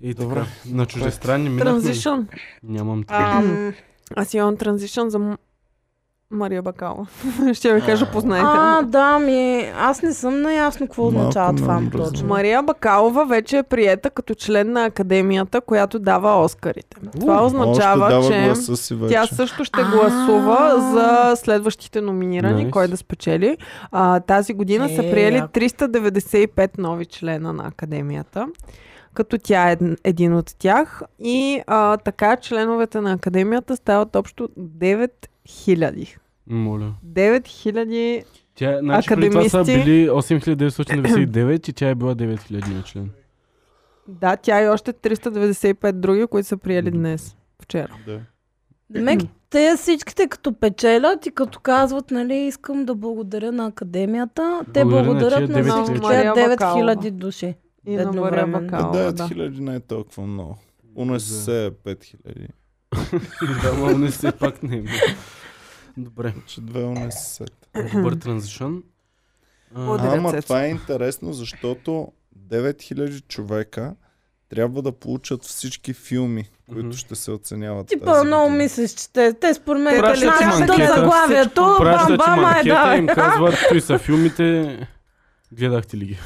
S4: И така,
S2: Добре.
S4: на чуждестранни минахме. ли?
S3: Транзишън.
S4: Нямам такива.
S1: Ам,
S3: Аз имам транзишън за М- Мария Бакала. Ще ви кажа,
S1: А,
S3: познайте.
S1: да, ми... Аз не съм наясно какво
S2: Малко
S1: означава
S2: ме
S1: това
S2: омръзна.
S1: точно.
S3: Мария Бакалова вече е приета като член на академията, която дава Оскарите. Това
S2: Още
S3: означава,
S2: дава
S3: че
S2: гласа си вече.
S3: тя също ще гласува за следващите номинирани,
S4: Nice.
S3: кой да спечели. А, тази година са
S1: Е,
S3: приели
S1: яко.
S3: 395 нови члена на академията. Като тя е ед- един от тях. И а, така членовете на академията стават общо 9000.
S4: Моля.
S3: 9000
S4: Тя, значи, преди това са
S3: Академисти.
S4: били 8999 и тя е била 9000 на член.
S3: Да, тя и още 395 други, които са приели днес. Вчера.
S2: Да.
S1: Мек, те всичките като печелят и като казват, нали, искам да благодаря на академията, те
S4: Благодаря на
S1: благодарят
S4: тия
S1: на
S4: 9000
S1: всички
S3: Мария Бакалова.
S1: 9000 души.
S3: И на Мария
S1: Едновременно.
S2: Е,
S3: Бакалова. Да,
S2: 9000 не е толкова много. Уно се е 5000.
S4: Да, ма не се пак не е. било. Добре.
S2: Че две уно се.
S4: Добър транзишън. А,
S3: Благодаря. Благодаря,
S2: Ама
S3: Цецо.
S2: това е интересно, защото 9000 човека трябва да получат всички филми, които
S4: Мгм.
S2: ще се оценяват.
S1: Типа,
S2: тази
S1: много
S2: година.
S1: мислиш, че те, те според мен
S3: Пращат
S1: те
S3: ти
S1: пращат
S3: манкета.
S1: заглавието, бам,
S4: Пращат ти
S3: е,
S1: бам, ай,
S4: манкета
S1: давай.
S4: им казват, кои са филмите. Гледахте ли ги?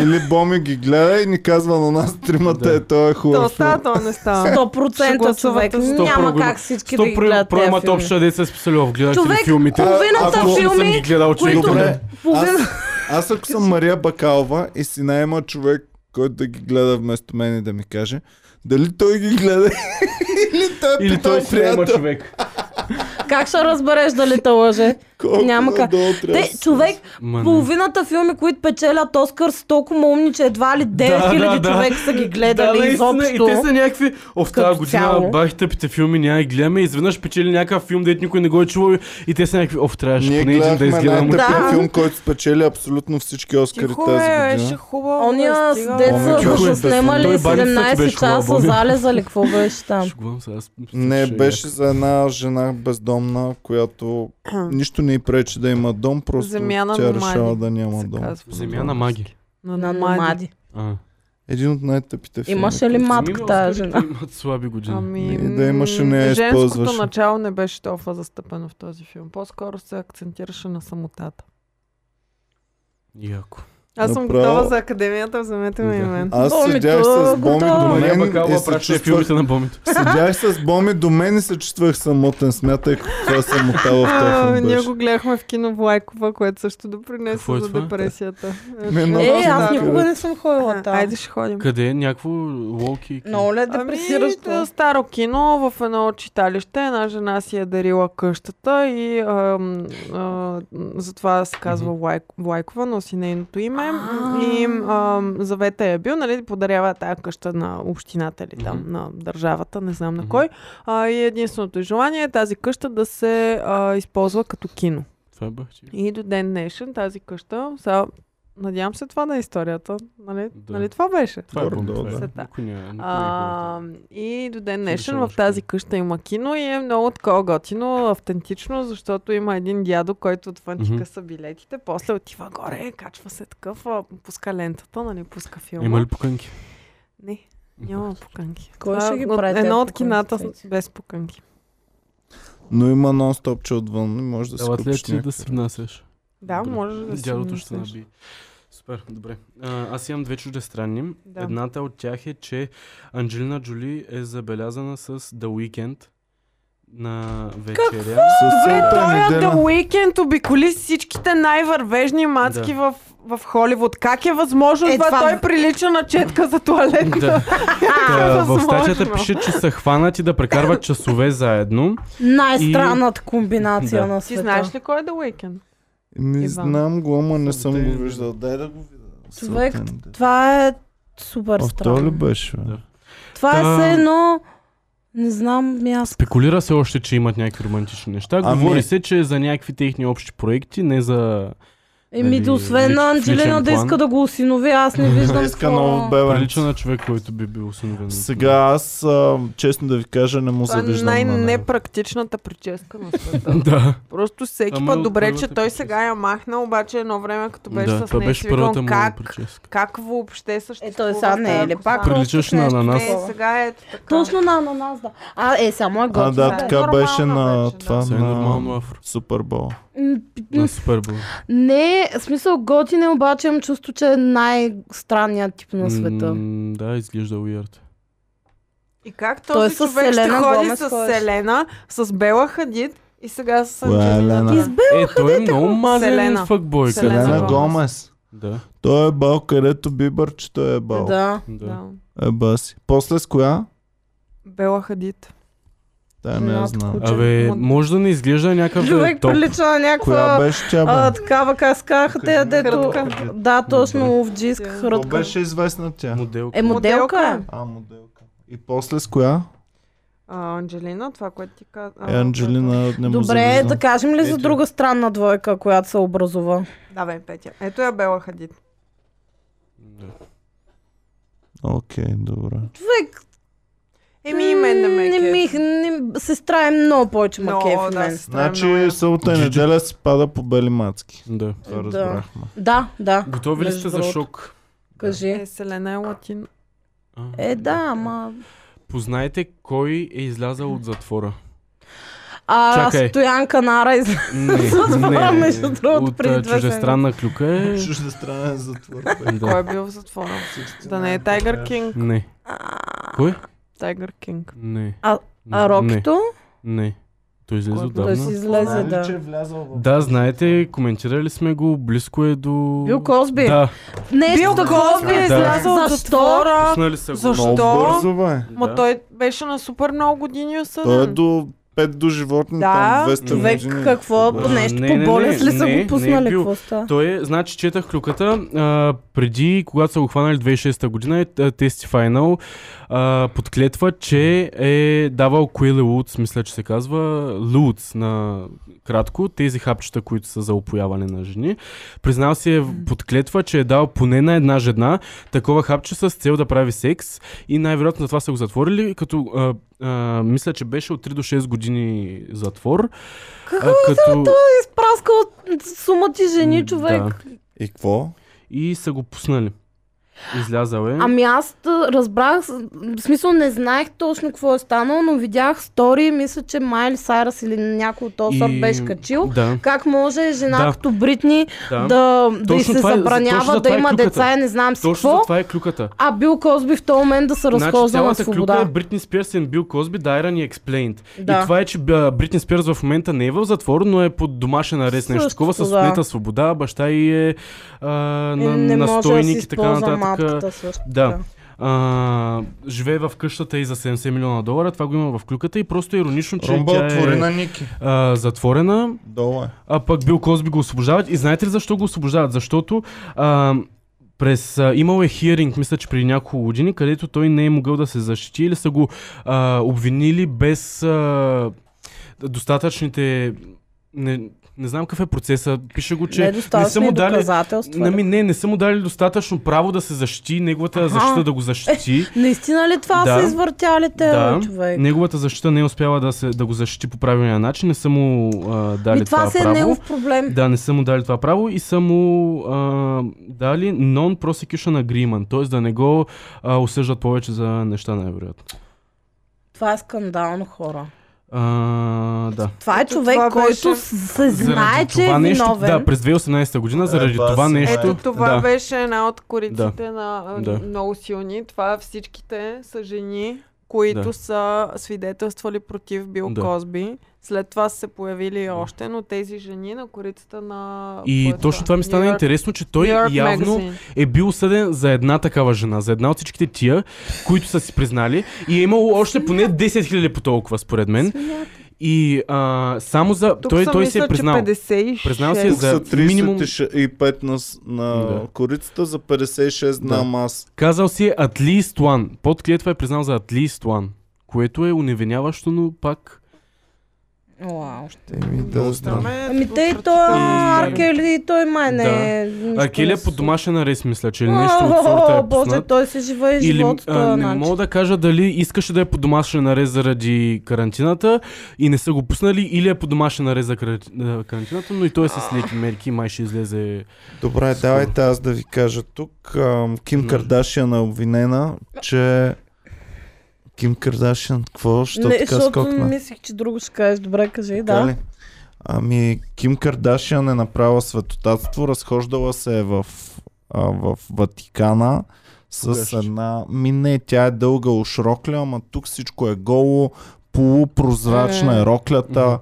S2: Или Боми ги гледа и ни казва на нас тримата
S4: Да.
S2: е той е
S3: То
S2: хубав.
S3: става, то не става.
S1: 100% човек.
S3: Ще гласуват
S1: Няма
S4: 100%.
S1: как всички да ги
S4: 100
S1: гледат тези
S4: проемата
S1: филми.
S4: общо деца са списали в гледахте ли
S1: Човек,
S4: филмите.
S1: половината
S4: Аз лично съм
S1: филми,
S4: ги гледал, че
S1: които-
S2: Добре,
S1: Половин-
S2: аз, аз ако съм Мария Бакалова и си найема човек, който да ги гледа вместо мен и да ми каже, дали той ги гледа или той е
S4: Или той
S2: питал
S4: си няма
S2: приятел.
S4: човек.
S1: Как ще разбереш дали те лъже?
S2: Колко
S1: Няма как.
S2: надолу трябва да
S1: Те,
S2: се
S1: човек,
S4: Ма не.
S1: половината филми, които печелят Оскар, са толкова умни, че едва ли 9000
S4: да, да.
S1: човека са ги
S4: да,
S1: гледали
S4: наистина, и те
S1: изобщо.
S4: са някакви... О, в
S1: Като
S4: тази година
S1: цяло.
S4: бах тъпите филми, няма ги гледаме. Изведнъж печели някакъв филм, дето никой не го е чувал и те са някакви... Оф, трябваше
S2: Ние
S4: поне един да
S2: гледахме
S4: изгледам.
S2: най-тъпия
S1: Да.
S2: филм, който спечели абсолютно всички Оскари
S3: Тихо
S2: тази
S3: е, беше
S2: година.
S3: хубаво.
S1: Ония
S3: бе,
S1: с
S3: стига.
S2: Ама,
S4: Ами,
S1: деца,
S2: чакай,
S1: да
S2: бе,
S1: са
S4: той
S1: снемали
S4: Барни Фокс
S1: 17
S4: беше хубава,
S1: часа
S4: Боми.
S1: залеза ли, какво беше там?
S4: Шегувам се, аз...
S2: Не,
S4: Ще- е
S2: беше за една жена бездомна, която нищо не й пречи да има дом, просто
S3: Земя на
S2: тя
S3: номади,
S2: решава да няма
S3: се
S2: дом.
S3: казва.
S4: Земя на маги.
S1: На номади.
S4: А.
S2: Един от най-тъпите филми.
S1: Имаше ли
S2: които-
S1: матка
S4: Ами,
S1: тази жена?
S4: Оскарите имат слаби години.
S3: Ами,
S2: И да имаше
S3: м,
S2: нея
S3: женското
S2: използваше.
S3: начало не беше толкова застъпено в този филм. По-скоро се акцентираше на самотата.
S4: Яко.
S3: Аз съм
S2: Направо.
S3: готова за академията, вземете ме и
S4: Да.
S3: мен.
S2: Аз
S1: Бомито,
S2: седях с Боми
S1: готово.
S2: до
S4: Мария
S2: мен и
S4: Бакалова
S2: се
S4: праща
S2: чувствах...
S4: филмите на бомито.
S2: Седях с Боми до мен и се чувствах самотен. Смятай каква самота в
S3: А,
S2: този филм
S3: ние
S2: беше.
S3: го гледахме в кино Влайкова, което също допринесе
S4: Какво е
S3: за
S4: това?
S3: депресията.
S2: Ми е много
S1: Е, аз
S2: Да.
S1: никога не съм ходила
S3: А,
S1: там.
S3: Айде ще ходим.
S4: Къде е? Някакво локи?
S1: Много ли е
S3: Ами,
S1: депресиращо?
S3: да, старо кино в едно читалище. Една жена си е дарила къщата и ам, а, затова се казва
S4: Мгм.
S3: Лайк- Лайкова, носи нейното име. време и ам, завета е бил, нали, подарява тая къща на общината или там,
S4: Мгм.
S3: на държавата, не знам на
S4: Мгм.
S3: кой. А, и единственото й желание е тази къща да се а, използва като кино.
S4: Това е бах ти.
S3: И до ден днешен тази къща, сега, надявам се това да е историята, нали,
S4: Да.
S3: нали това беше?
S4: Това е
S2: Добре,
S4: пълно,
S2: добре.
S4: това е.
S3: Сета.
S4: Никой няма- никой не
S3: А,
S4: хвърля.
S3: и до ден днешен
S4: решава
S3: в тази
S4: нещо.
S3: къща има кино и е много такова готино, автентично, защото има един дядо, който от
S4: Мгм.
S3: фантика са билетите, после отива горе, качва се такъв, а, пуска лентата, нали, пуска филма.
S4: Има ли покънки?
S3: Не, няма поканки.
S1: Кой ще ги
S3: от-
S1: прави тези
S3: Едно от
S1: поканки,
S3: кината
S1: Цеци?
S3: с- без поканки.
S2: Но има нон-стопче отвън и може да си
S4: Дават ли
S2: купиш
S4: ти
S2: някакво.
S4: да се внасяш?
S3: Да,
S4: Добре.
S3: може да си
S4: Дядото ще
S3: внесеш.
S4: наби. Супер, добре. А, аз имам две чуждестранни.
S3: Да.
S4: Едната от тях е, че Анджелина Джоли е забелязана с The Weeknd на вечеря.
S3: Добре,
S2: Със
S3: той е
S2: сета
S3: от The
S2: неделя.
S3: Weeknd обиколи всичките най-вървежни мацки
S4: Да.
S3: в, в Холивуд. Как е възможно
S1: Е,
S3: това?
S1: това-
S3: Той прилича на четка за туалетна.
S4: Да. Та, в
S3: възможно.
S4: статията пише, че са хванати да прекарват часове заедно.
S1: Най-странната комбинация
S4: Да.
S1: на
S3: Ти
S1: света.
S3: знаеш ли кой е The Weeknd?
S2: Не
S3: Иван?
S2: знам го, ама не съм
S4: Събота и
S2: го виждал. Дай да го видя.
S1: Човек,
S2: Събота и неделя.
S1: Това е супер
S2: А в това ли
S1: странно.
S2: беше? бе?
S4: Да.
S1: Това е
S4: Та-
S1: все едно... Не знам, ми аз...
S4: Спекулира се още, че имат някакви романтични неща.
S2: Ами-
S4: Говори се, че е за някакви техни общи проекти, не за...
S1: Еми,
S4: Дали
S1: да освен
S4: Нали, лич-
S1: на
S4: в личен
S1: Анджелина да
S4: план?
S1: иска да го осинови, аз не виждам
S2: Иска ново
S1: какво...
S2: бебе.
S4: Прилича на човек, който би бил осиновен.
S2: Сега аз, а, честно да ви кажа, не му
S3: Това е
S2: завиждам. на него.
S3: най-непрактичната прическа на света.
S4: Да.
S3: Просто всеки
S4: Ама е
S3: път
S4: от
S3: добре, че
S4: първата
S3: той
S4: прическа.
S3: сега я махна, обаче едно време като беше
S4: да,
S3: с
S4: това
S3: нея,
S4: беше
S3: си викам,
S4: първата му
S3: как,
S4: прическа.
S3: как въобще
S1: Е,
S3: съществува.
S1: той сега не е
S3: тази
S1: ли пак?
S3: коса?
S4: Приличаш
S1: просто
S4: на
S1: нещо
S4: ананас.
S1: такова.
S3: Не, сега е така.
S1: Точно на ананас, да. А, е, само е
S2: А,
S1: готино.
S2: да, така
S3: Нормална
S2: беше на
S3: вече, да.
S2: това
S4: Сега е нормално
S2: на
S4: афро.
S2: Супербол.
S1: М,
S4: На Супербол.
S1: Не, в смисъл готин е, обаче имам чувство, че е най-странният тип на света.
S4: М, да, изглежда уярд.
S3: И как
S1: Той е
S3: този
S1: с
S3: човек ще
S1: Селена
S3: ходи
S1: Гомес,
S3: с
S1: кой е?
S3: Селена, с Бела Хадид и сега с
S2: Коя е Елена?
S3: Анджелина.
S1: Избе,
S4: Е, той е много мазен
S3: Селена.
S4: фъкбой.
S3: Селена
S4: като
S2: Селена
S4: цяло.
S3: Гомес.
S2: Гомес.
S4: Да,
S2: Той е бал, където бибърчето е бал.
S1: да.
S4: да.
S3: Да.
S2: Еба си. е, После с коя?
S3: Бела Хадид.
S2: Тая не я
S1: Над
S2: знам.
S1: куче.
S4: Абе,
S3: Мон-
S4: може да не изглежда някакъв да е
S1: Човек
S4: топ.
S1: прилича на
S2: Коя
S1: някаква
S2: беше тя,
S1: а,
S2: бе?
S1: такава каскаха, те дето...
S3: Хрътка.
S1: Да,
S4: Да.
S1: точно овджийска
S3: То
S2: То
S1: хрътка.
S2: беше известна тя.
S4: Модел.
S1: Е, моделка е.
S2: А, моделка. И после с коя?
S3: А, Анджелина, това, което ти каза.
S2: Е, Анджелина не му
S1: Добре,
S2: завиждам.
S1: да кажем ли за
S2: Ето.
S1: друга странна двойка, която се образува?
S3: Да, бе, Петя. Ето я Бела Хадид.
S4: Да.
S2: Окей, добре.
S3: Еми и мен не ме е
S1: Не ми,
S3: кефи.
S1: не, сестра е много повече ма
S3: Много,
S1: кефи
S3: да,
S1: мен.
S3: сестра е много
S2: Значи
S3: яка.
S2: събота и
S4: Джиджи.
S2: неделя си пада по бели мацки.
S4: да.
S2: Това
S1: нали? Да.
S2: разбрахме.
S1: Да, да,
S4: Готови ли
S1: Между
S4: сте за
S1: другото.
S4: шок?
S1: кажи.
S3: Е, Селена е латин.
S4: А,
S1: Е, да, ама...
S4: Познайте кой е излязал от затвора.
S1: А,
S4: Чакай.
S1: Стоян Канара из...
S4: Не,
S1: Затвора,
S4: не,
S1: между другото,
S4: От
S1: преди
S4: а,
S1: две седмици.
S4: чуждестранна клюка е...
S2: Чуждестранен затвор.
S3: Кой е
S4: Да.
S3: бил в затвора? Да не е Тайгър Кинг.
S4: Не.
S1: А,
S4: Кой?
S3: Тайгър Кинг.
S4: Не.
S1: А-
S4: Не.
S1: а Рокито?
S4: Не. Той излезе
S3: Кой?
S1: Той
S4: отдавна.
S1: си излезе,
S2: е
S1: да.
S4: Да, знаете, коментирали сме го, близко е до...
S1: Бил Козби.
S4: Да,
S1: Нещо
S3: Бил
S1: такова.
S3: Козби е
S4: Да.
S3: излязъл от
S1: Защо?
S3: затвора.
S4: пуснали са го.
S3: Защо?
S2: Много бързо, бе.
S3: Ма
S4: Да.
S3: той беше на супер много години
S2: Той е
S3: осъден.
S2: до 5 до животни,
S3: Да.
S2: там 200
S1: Човек,
S2: години.
S1: какво?
S2: Да.
S1: Нещо
S4: не, не,
S1: по болест
S4: не,
S1: ли са
S4: не,
S1: го
S4: не е
S1: пуснали?
S4: бил.
S1: Какво става?
S4: Той е, значи, четах клюката а, преди, когато са го хванали 2006 година, е а, Testify а, подклетва, че е давал Куиле Лутс, мисля, че се казва Лутс на кратко, тези хапчета, които са за опояване на жени. Признал си е подклетва, че е дал поне на една жена такова хапче с цел да прави секс и най-вероятно за това са го затворили, като а, а, мисля, че беше от 3 до 6 години затвор.
S1: Какво
S4: а, като...
S1: Изпраскал сума ти жени, човек.
S4: Да.
S2: И какво?
S4: И са го пуснали. Излязал е.
S1: Ами аз а, разбрах, с- в смисъл не знаех точно какво е станало, но видях стори, мисля, че Майли Сайрас или някой от този
S4: И-
S1: сорт беше качил.
S4: Да,
S1: Как може жена
S4: Да.
S1: като Бритни
S4: да.
S1: да, да и
S4: Точно
S1: се
S4: това е- точно
S1: забранява
S4: за
S1: да
S4: това е
S1: има
S4: клюката.
S1: деца и не знам си
S4: Точно
S1: какво,
S4: за това е клюката.
S1: а Бил Козби в този момент да се
S4: Значи
S1: разхожда на
S4: цялата клюка е
S1: свобода.
S4: Бритни Спирс и Бил Козби, Дайра ни Explained.
S1: Да.
S4: И това е, че а, Бритни Спирс в момента не е в затвор, но е под домашен арест. Нещо
S1: Също,
S4: такова с
S1: да.
S4: отнета свобода, баща и е а,
S1: Е,
S4: на,
S1: не може да си
S4: настойник и така
S1: използва
S4: нататък.
S1: матката също.
S4: Да.
S1: така.
S4: А, живее в къщата и за 70 милиона долара. Това го има в клюката и просто е иронично, че
S2: Румба
S4: тя
S2: отвори
S4: е
S2: на Ники.
S4: а, затворена.
S2: Долу е.
S4: А пък Бил Козби го освобождават. И знаете ли защо го освобождават? Защото а, През, а, имал е хиринг, мисля, че преди няколко години, където той не е могъл да се защити или са го а, обвинили без а, достатъчните... Не, не знам какъв е процеса. Пише го,
S1: е
S4: че не са
S1: недостатъчни
S4: му дали...
S1: доказателства.
S4: Нами, не, не са му дали достатъчно право да се защити, неговата
S1: Аха.
S4: защита да го защити.
S1: Наистина ли това
S4: Да.
S1: са извъртяли те,
S4: Да.
S1: бе, човек?
S4: Неговата защита не е успяла да, се, да го защити по правилния начин, не са му а, дали
S1: Ми, това,
S4: това
S1: се е
S4: право.
S1: негов проблем.
S4: Да, не са му дали това право и са му а, дали non-prosecution agreement, т.е. да не го а, осъждат повече за неща, най-вероятно.
S1: Това е скандално, хора.
S4: А, да.
S1: Това е
S3: Ето
S1: човек,
S3: това беше-
S1: който се знае, че е
S4: това нещо,
S1: виновен.
S4: да, през 2018 година, заради
S2: Еба
S4: това
S2: си,
S4: нещо...
S2: Ето
S3: Ето това
S4: да.
S3: да. беше една от кориците да. на да.
S4: Да.
S3: много силни. Това всичките са жени, които да.
S4: Да.
S3: са свидетелствали против Бил да.
S4: Да.
S3: Козби. След това са се появили и още, но тези жени на корицата на...
S4: И
S3: кое е
S4: точно това ми стана
S3: Ню Йорк-
S4: интересно, че той
S3: Ню Йорк
S4: явно
S3: Магазин.
S4: е бил съден за една такава жена, за една от всичките тия, които са си признали. И е имало още поне 10 000 по толкова, според мен. И а, само за...
S3: Тук
S4: той,
S3: съм
S4: той
S3: мисля,
S4: се е признал.
S3: Че 56.
S4: Признал си е
S2: Тук
S4: за
S2: са
S4: минимум-
S2: 35 на, с- на
S4: Да.
S2: корицата, за 56 знам аз.
S4: Казал си е at least one. Под клетва е признал за at least one. Което е уневиняващо, но пак...
S1: Уау.
S2: Еми, да, знам.
S1: Ами те и той
S4: И-
S1: Аркели, и той май не
S4: Да.
S1: е... нищо
S4: А Келия
S1: не се
S4: под домашен арест, мисля, че или
S1: случва.
S4: нещо от сорта
S1: О,
S4: е
S1: Боже,
S4: пуснат.
S1: той се живее
S4: Или,
S1: живот по
S4: а,
S1: този
S4: не
S1: начин.
S4: мога да кажа дали искаше да е под домашен арест заради карантината и не са го пуснали, или е под домашен арест за каранти- а, карантината, но и той е с леки мерки, май ще излезе...
S2: Добре,
S4: Скоро.
S2: давайте аз да ви кажа тук. Ам, Ким
S4: Може.
S2: Кардашиан е обвинена, че... Ким Кардашиан, какво? Що
S1: Не,
S2: така
S1: защото
S2: скокна?
S1: мислих, че друго ще кажеш. Добре, кажи,
S2: Така
S1: да.
S2: ли? Ами, Ким Кардашиан е направила светотатство, разхождала се е в, а, в Ватикана с
S4: Кога ще?
S2: една... Ми не, тя е дълга ушрокля, ама тук всичко е голо, полупрозрачна е роклята
S4: Мгм.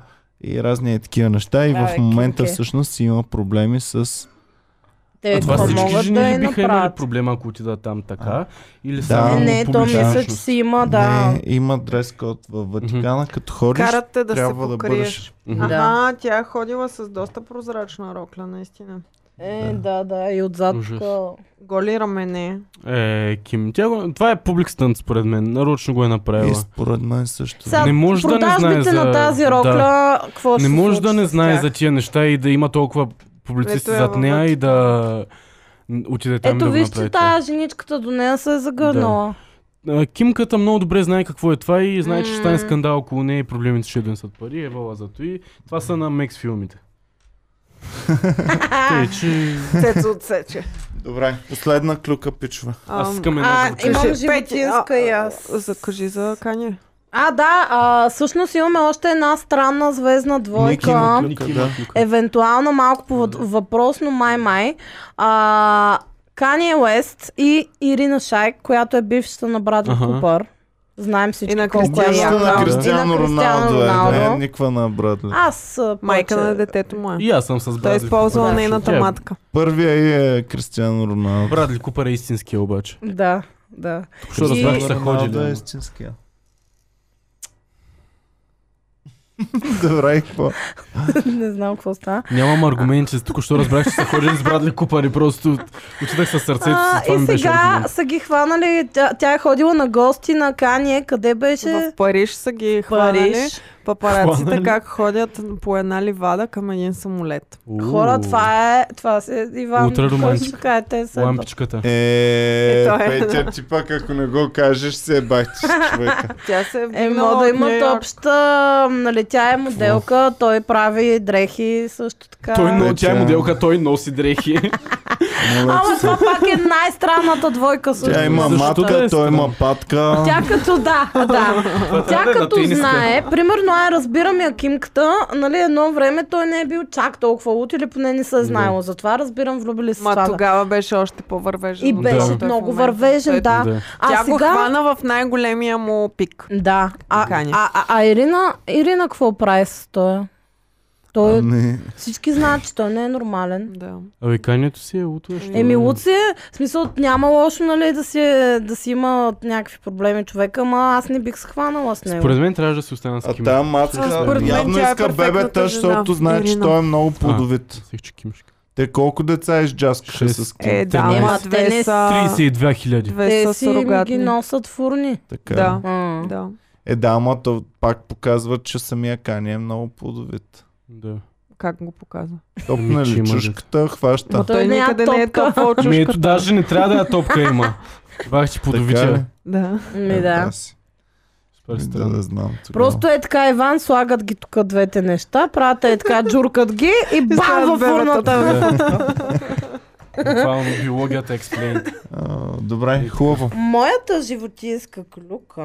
S2: и разни е такива неща. И
S1: Да, бе,
S2: в
S1: Ким,
S2: момента
S1: окей.
S2: всъщност има проблеми с...
S1: Те
S4: това
S1: какво
S4: всички
S1: Е, могат
S4: жени
S1: да
S4: ли
S1: я
S4: биха имали
S1: направят.
S4: проблем, ако отида там така?
S2: А.
S4: Или
S2: Да.
S4: само
S1: Не, не, то
S4: публична
S1: мисля, че
S4: личност?
S1: си има, да.
S2: Не, има дрес-код в Ватикана, като ходиш,
S3: Карате да се
S2: трябва да
S3: покриеш.
S2: бъдеш...
S4: Мгм.
S1: Да.
S3: Аха, тя е ходила с доста прозрачна рокля, наистина.
S1: Е, да, да, и отзад.
S4: Ужас.
S1: а,
S3: Голи рамене.
S4: Е, Ким, тя го... това е публик стънт, според мен. Нарочно го е направила.
S2: И според мен също.
S1: Сега,
S4: Не може да не знае
S1: продажбите
S4: за-
S1: на тази
S4: да.
S1: рокля, какво ще
S4: Не
S1: се
S4: може
S1: случи
S4: да не
S1: с
S4: знае
S1: тях?
S4: за тия неща и да има толкова публицисти
S3: Ето я
S4: зад
S3: във
S4: нея и
S3: Ватикана.
S4: да н- отиде там и
S1: Ето
S4: да го
S1: виж, че
S4: направи. това.
S1: тази женичката до нея се е загърнала.
S4: А, Кимката много добре знае какво е това и знае, че ще стане
S1: М.
S4: скандал около нея и проблемите ще донесат пари. Евала за и това са на Мекс филмите. Тъй, че...
S3: Цецо отсече.
S2: Добре, последна клюка, пичва.
S4: Аз
S3: Ам,
S4: искам една
S1: А,
S4: да го
S1: имам
S4: кажа.
S3: кажи,
S1: животинска
S3: Петя,
S1: и
S3: а,
S1: аз.
S3: а, Закажи за Кане.
S1: А, да, а, всъщност имаме още една странна звездна
S2: Ники
S1: двойка.
S2: има
S4: Ники
S2: клюка,
S4: има
S2: да.
S4: клюка.
S1: Евентуално малко по въд- въпрос, но май-май. А, Кания Уест и Ирина Шайк, която е бившата на Брадли
S4: Аха.
S1: Купър. Знаем
S3: И
S1: всички
S3: на
S1: колко е
S3: Кристиано
S1: яка.
S2: Бащата на
S4: Роналдо.
S2: Кристиано
S1: И на Кристиано
S2: Роналдо е, не е
S1: Роналдо.
S2: никва на Брадли.
S1: Аз а,
S3: Майка
S1: повече-
S3: на детето му е.
S4: И аз съм с Брадли
S3: Той е използвал
S4: Купър. Тя
S3: нейната
S4: е-
S3: матка.
S2: Първия и е Кристиано Роналдо.
S4: Брадли Купър е истинския обаче.
S1: Да, да.
S4: Що разбрах, че са ходили.
S2: Роналдо е
S4: ама.
S2: истинския. Добре, и какво?
S1: Не знам какво става.
S4: Нямам аргументи, че току-що разбрах, че са ходили с Брадли Купър и просто отидах със сърцето
S1: А,
S4: си. Това
S1: и
S4: ми беше
S1: сега
S4: аргумент.
S1: са ги хванали. Тя, тя е ходила на гости на Кание. Къде беше?
S3: В Париж са ги
S1: В
S3: хванали.
S1: Париж.
S3: Папараците
S4: Хванали.
S3: как ходят по една ливада към един самолет.
S4: Уу,
S1: Хора, това е... Това се... Иван,
S4: Утре романтика.
S1: който кае, те са...
S4: Лампичката.
S2: Е,
S3: Е, той е.
S2: Петя, ти пак ако не го кажеш, се е бахти с човека.
S3: Тя се е
S1: Е,
S3: вдигнала
S1: мога да
S3: от Ню
S1: имат
S3: Йорк.
S1: обща, нали, тя е моделка, той прави дрехи също така.
S4: Той, но,
S2: Вече-
S4: тя е моделка, той носи дрехи.
S2: Моля
S1: Ама
S2: ти се.
S1: това пак е най-странната двойка също.
S2: Тя има
S4: Защо
S2: матка,
S4: да е
S2: той
S4: странно?
S2: има патка.
S1: Тя като да, да. Тя
S4: трябва да е на
S1: като
S4: тениска.
S1: знае, примерно, ай, разбирам я кимката, нали, едно време той не е бил чак толкова лут или поне не се е знаело. Затова разбирам, влюбили се с
S3: Ма
S1: това. да.
S3: тогава беше още по-вървежен.
S1: И
S3: отколкото
S1: беше
S3: е в
S1: много
S3: момента.
S1: вървежен,
S3: Той-
S1: да.
S4: Да.
S1: А
S3: Тя го
S1: сега...
S3: хвана в най-големия му пик.
S1: Да. А, а,
S3: Кани.
S1: а, а Ирина, Ирина какво прави с този? Той, е
S2: Не.
S1: всички знаят, че той не е нормален.
S3: Да.
S4: Абе, канието си е утре. що
S1: Еми,
S4: да не.
S1: луд си е. В смисъл, няма лошо, нали, да си, е- да си има някакви проблеми човека, ама аз не бих се хванала с него.
S4: Според мен трябваше да си остана с
S2: А
S4: Ким.
S2: тая
S4: Аз
S2: мацка
S4: според мен
S2: явно
S3: тя е
S2: иска
S3: перфектната
S2: бебета,
S3: жена.
S2: защото знае, че
S3: Ирина.
S2: той е много плодовит.
S4: Мислех, че Кимшка.
S2: Те колко деца изджаскаха
S4: Шест.
S2: с
S3: Е, да,
S4: Тринайсет.
S3: ама
S1: Те не
S3: две са...
S4: 32 хиляди.
S3: Две
S1: Те
S3: са
S1: си ми ги
S3: е сурогатни.
S1: носят фурни.
S2: Така.
S3: Да,
S1: А.
S3: да.
S2: Е, да, ама то пак показва, че самия кани е много плодовит.
S4: Да.
S3: Как го показва?
S2: Топна
S4: Ами, че
S2: ли
S4: има
S2: чушката, хваща.
S1: Ма
S3: Той
S1: няма
S3: никъде не е
S1: топка.
S3: топвал
S4: Ами
S3: чушката.
S4: ето даже не трябва да я топка има. Бах ти
S2: Така
S4: подовича.
S2: ли?
S3: Да.
S1: Ми
S2: Е,
S1: да.
S2: си.
S4: Супер
S2: Ми Да,
S4: странно.
S2: да знам. Тогава.
S1: Просто е така, Иван, слагат ги тук двете неща, правят е така, джуркат ги и бам
S3: слагат
S1: във
S3: бебетата.
S1: фурната.
S4: Буквално биологията е експлейн.
S2: А, добре, хубаво.
S1: Моята животинска клюка,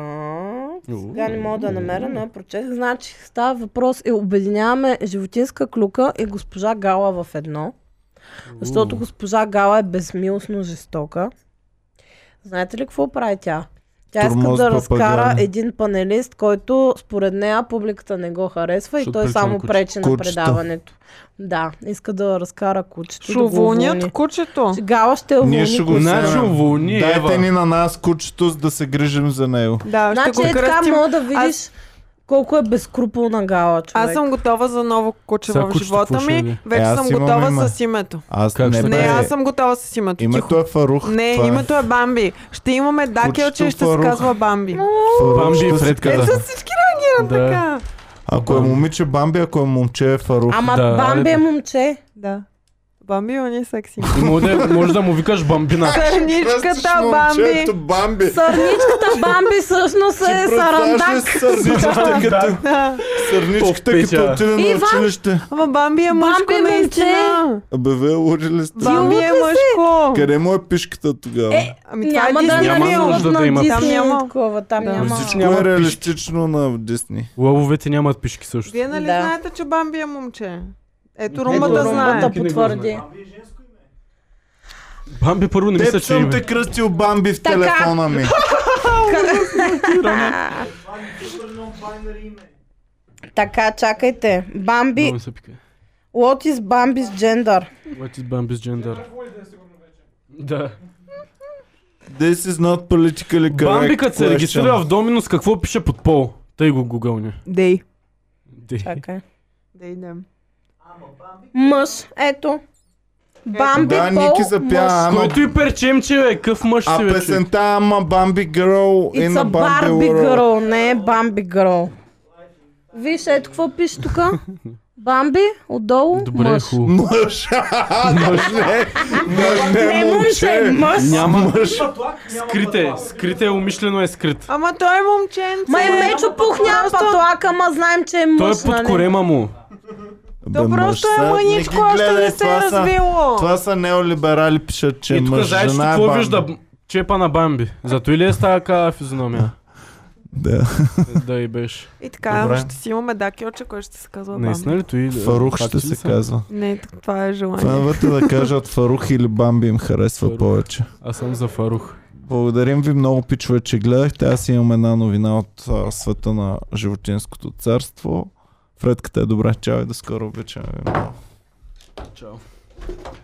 S1: сега не мога да я намеря, но я прочетах. Значи става въпрос и обединяваме животинска клюка и госпожа Гала в едно. Защото госпожа Гала е безмилостно жестока. Знаете ли какво прави тя? Тя иска
S2: Тормоз
S1: да
S2: папагали.
S1: разкара един панелист, който според нея публиката не го харесва
S4: Защото
S1: и той
S4: прилича
S1: само
S4: на куче.
S1: пречи на
S2: Кучета.
S1: предаването. Да, иска да разкара кучето. да го
S3: Шувунят
S1: уволни.
S3: кучето.
S1: Гала ще я уволни.
S2: Ние ще го
S1: кучето.
S4: Значи
S2: вземем.
S4: уволни
S2: Дайте ни
S4: Ева.
S2: на нас кучето, за да се грижим за него.
S3: Да, ще
S1: Значи
S3: го
S1: е така
S3: кръстим.
S1: мога да видиш колко е безкруполна Гала човек.
S3: Аз съм готова за ново куче
S4: Сега
S3: в
S4: кучето
S3: живота
S4: какво ще
S3: ми.
S4: яде?
S3: Вече
S2: Е, аз
S3: съм
S2: имам
S3: готова
S2: име.
S3: с името.
S2: Аз
S4: Как
S2: не,
S4: ще
S3: Не,
S2: бе.
S3: аз съм готова с името.
S2: Името
S3: Тихо.
S2: е Фарух.
S3: Не,
S2: това е.
S3: името е Бамби. Ще имаме дакелче и ще се
S2: Фарух.
S3: казва Бамби. Е,
S2: Фарух
S4: Бамби
S2: ще
S4: и
S2: се
S4: Фредка,
S2: казва.
S4: да.
S3: С всички реагират
S4: Да.
S3: така.
S2: Ако е момиче Бамби, ако е момче е Фарух.
S1: Ама
S4: Да,
S1: Бамби
S4: айде.
S1: е момче.
S3: Да. Бамби е не секси.
S4: И Може, да- може да му викаш бамбина.
S3: Сърничката
S2: Кръстиш
S3: Бамби.
S2: момчето Бамби.
S1: Сърничката Бамби всъщност
S2: Ти
S1: е
S2: представяш ли
S1: сарандак.
S2: Сърничката като,
S3: Да.
S2: сърничката
S4: Попича.
S2: като отиде на
S1: Иван!
S2: училище.
S3: Ама Бамби е
S1: Бамби
S3: мъжко
S1: е момче.
S3: наистина.
S2: Абе, вие луди ли сте?
S3: Бамби е мъжко.
S2: Къде му е пишката тогава?
S3: Ами това е
S1: Няма да
S3: Дисни
S4: Няма
S1: няма
S4: нужда да има.
S1: Там
S3: Там няма.
S1: няма. Такова, там
S3: Да.
S1: няма.
S2: Всичко
S4: Няма
S2: е
S4: пишки.
S2: реалистично на Дисни.
S4: Лъвовете нямат пишки също.
S3: Вие нали
S1: Да.
S3: знаете, че Бамби е момче? Ето
S1: Ето
S3: Румба да
S4: Румбата
S3: знае.
S1: Румбата
S2: е.
S4: Никой не го
S1: потвърди.
S4: Бамби първо не мисля,
S2: Теб
S4: че има.
S2: съм те кръстил Бамби в
S1: Така.
S2: телефона ми.
S1: Така, чакайте. Бамби,
S4: Много ми се пика.
S1: what is Bambi's gender?
S4: What is Bambi's gender? Да.
S2: This is not politically correct.
S4: Бамби като се
S2: е question.
S4: регистрира в Доминус, какво пише под пол? Тъй го гугълни.
S3: Дей.
S1: Чакай.
S3: Дей, да.
S1: Мъж, ето.
S3: Е,
S1: Бамби,
S2: Да,
S1: пол,
S2: Ники запя,
S1: мъж.
S2: ама
S4: Който и перчемче е къв мъж си
S2: А
S4: вече.
S2: песента Ама Бамби Girl и
S1: It's
S2: на
S1: a
S2: Бамби
S1: Barbie
S2: World.
S1: girl, не е Bambi girl. Виж, ето какво пише тук. Бамби, отдолу,
S4: Добре,
S1: мъж.
S4: хубаво.
S2: Мъж. Мъж не. Мъж не
S1: Не,
S3: е
S1: момче,
S2: момче.
S1: мъж.
S4: Няма мъж. Скрит е. Скрит е, умишлено е скрит.
S3: Ама той е момченце.
S1: Май Мечо пух няма патлак, ама знаем, че е
S4: Той е
S1: мъж,
S4: под
S1: нали?
S4: корема му.
S2: Бе,
S3: То
S2: мъж
S3: просто
S2: са,
S3: е
S2: не
S3: мъничко,
S2: ги
S3: още
S2: гледай,
S3: не се
S2: това
S3: е
S2: са-
S3: развило.
S2: Това са неолиберали, пишат, че
S4: И тук
S2: мъж
S4: знаеш, че
S2: жена е
S4: какво
S2: Бамби.
S4: вижда чепа на Бамби. Зато и ли е става кава физиономия?
S2: Да.
S4: Да и беше.
S3: И така,
S2: Добре.
S3: ще си имаме дакелче, който ще се казва
S4: Наистина
S3: Бамби.
S4: ли той?
S2: Фарух ще се казва.
S3: Не, това
S2: Това
S3: е желание.
S2: вътре да кажат Фарух или Бамби им харесва
S4: Фарух.
S2: повече.
S4: Аз съм за Фарух.
S2: Благодарим ви много, пичове, че гледахте. Аз имам една новина от а, света на животинското царство. Фредката е добра. Чао и до скоро. Обичаме ви много.
S4: Чао.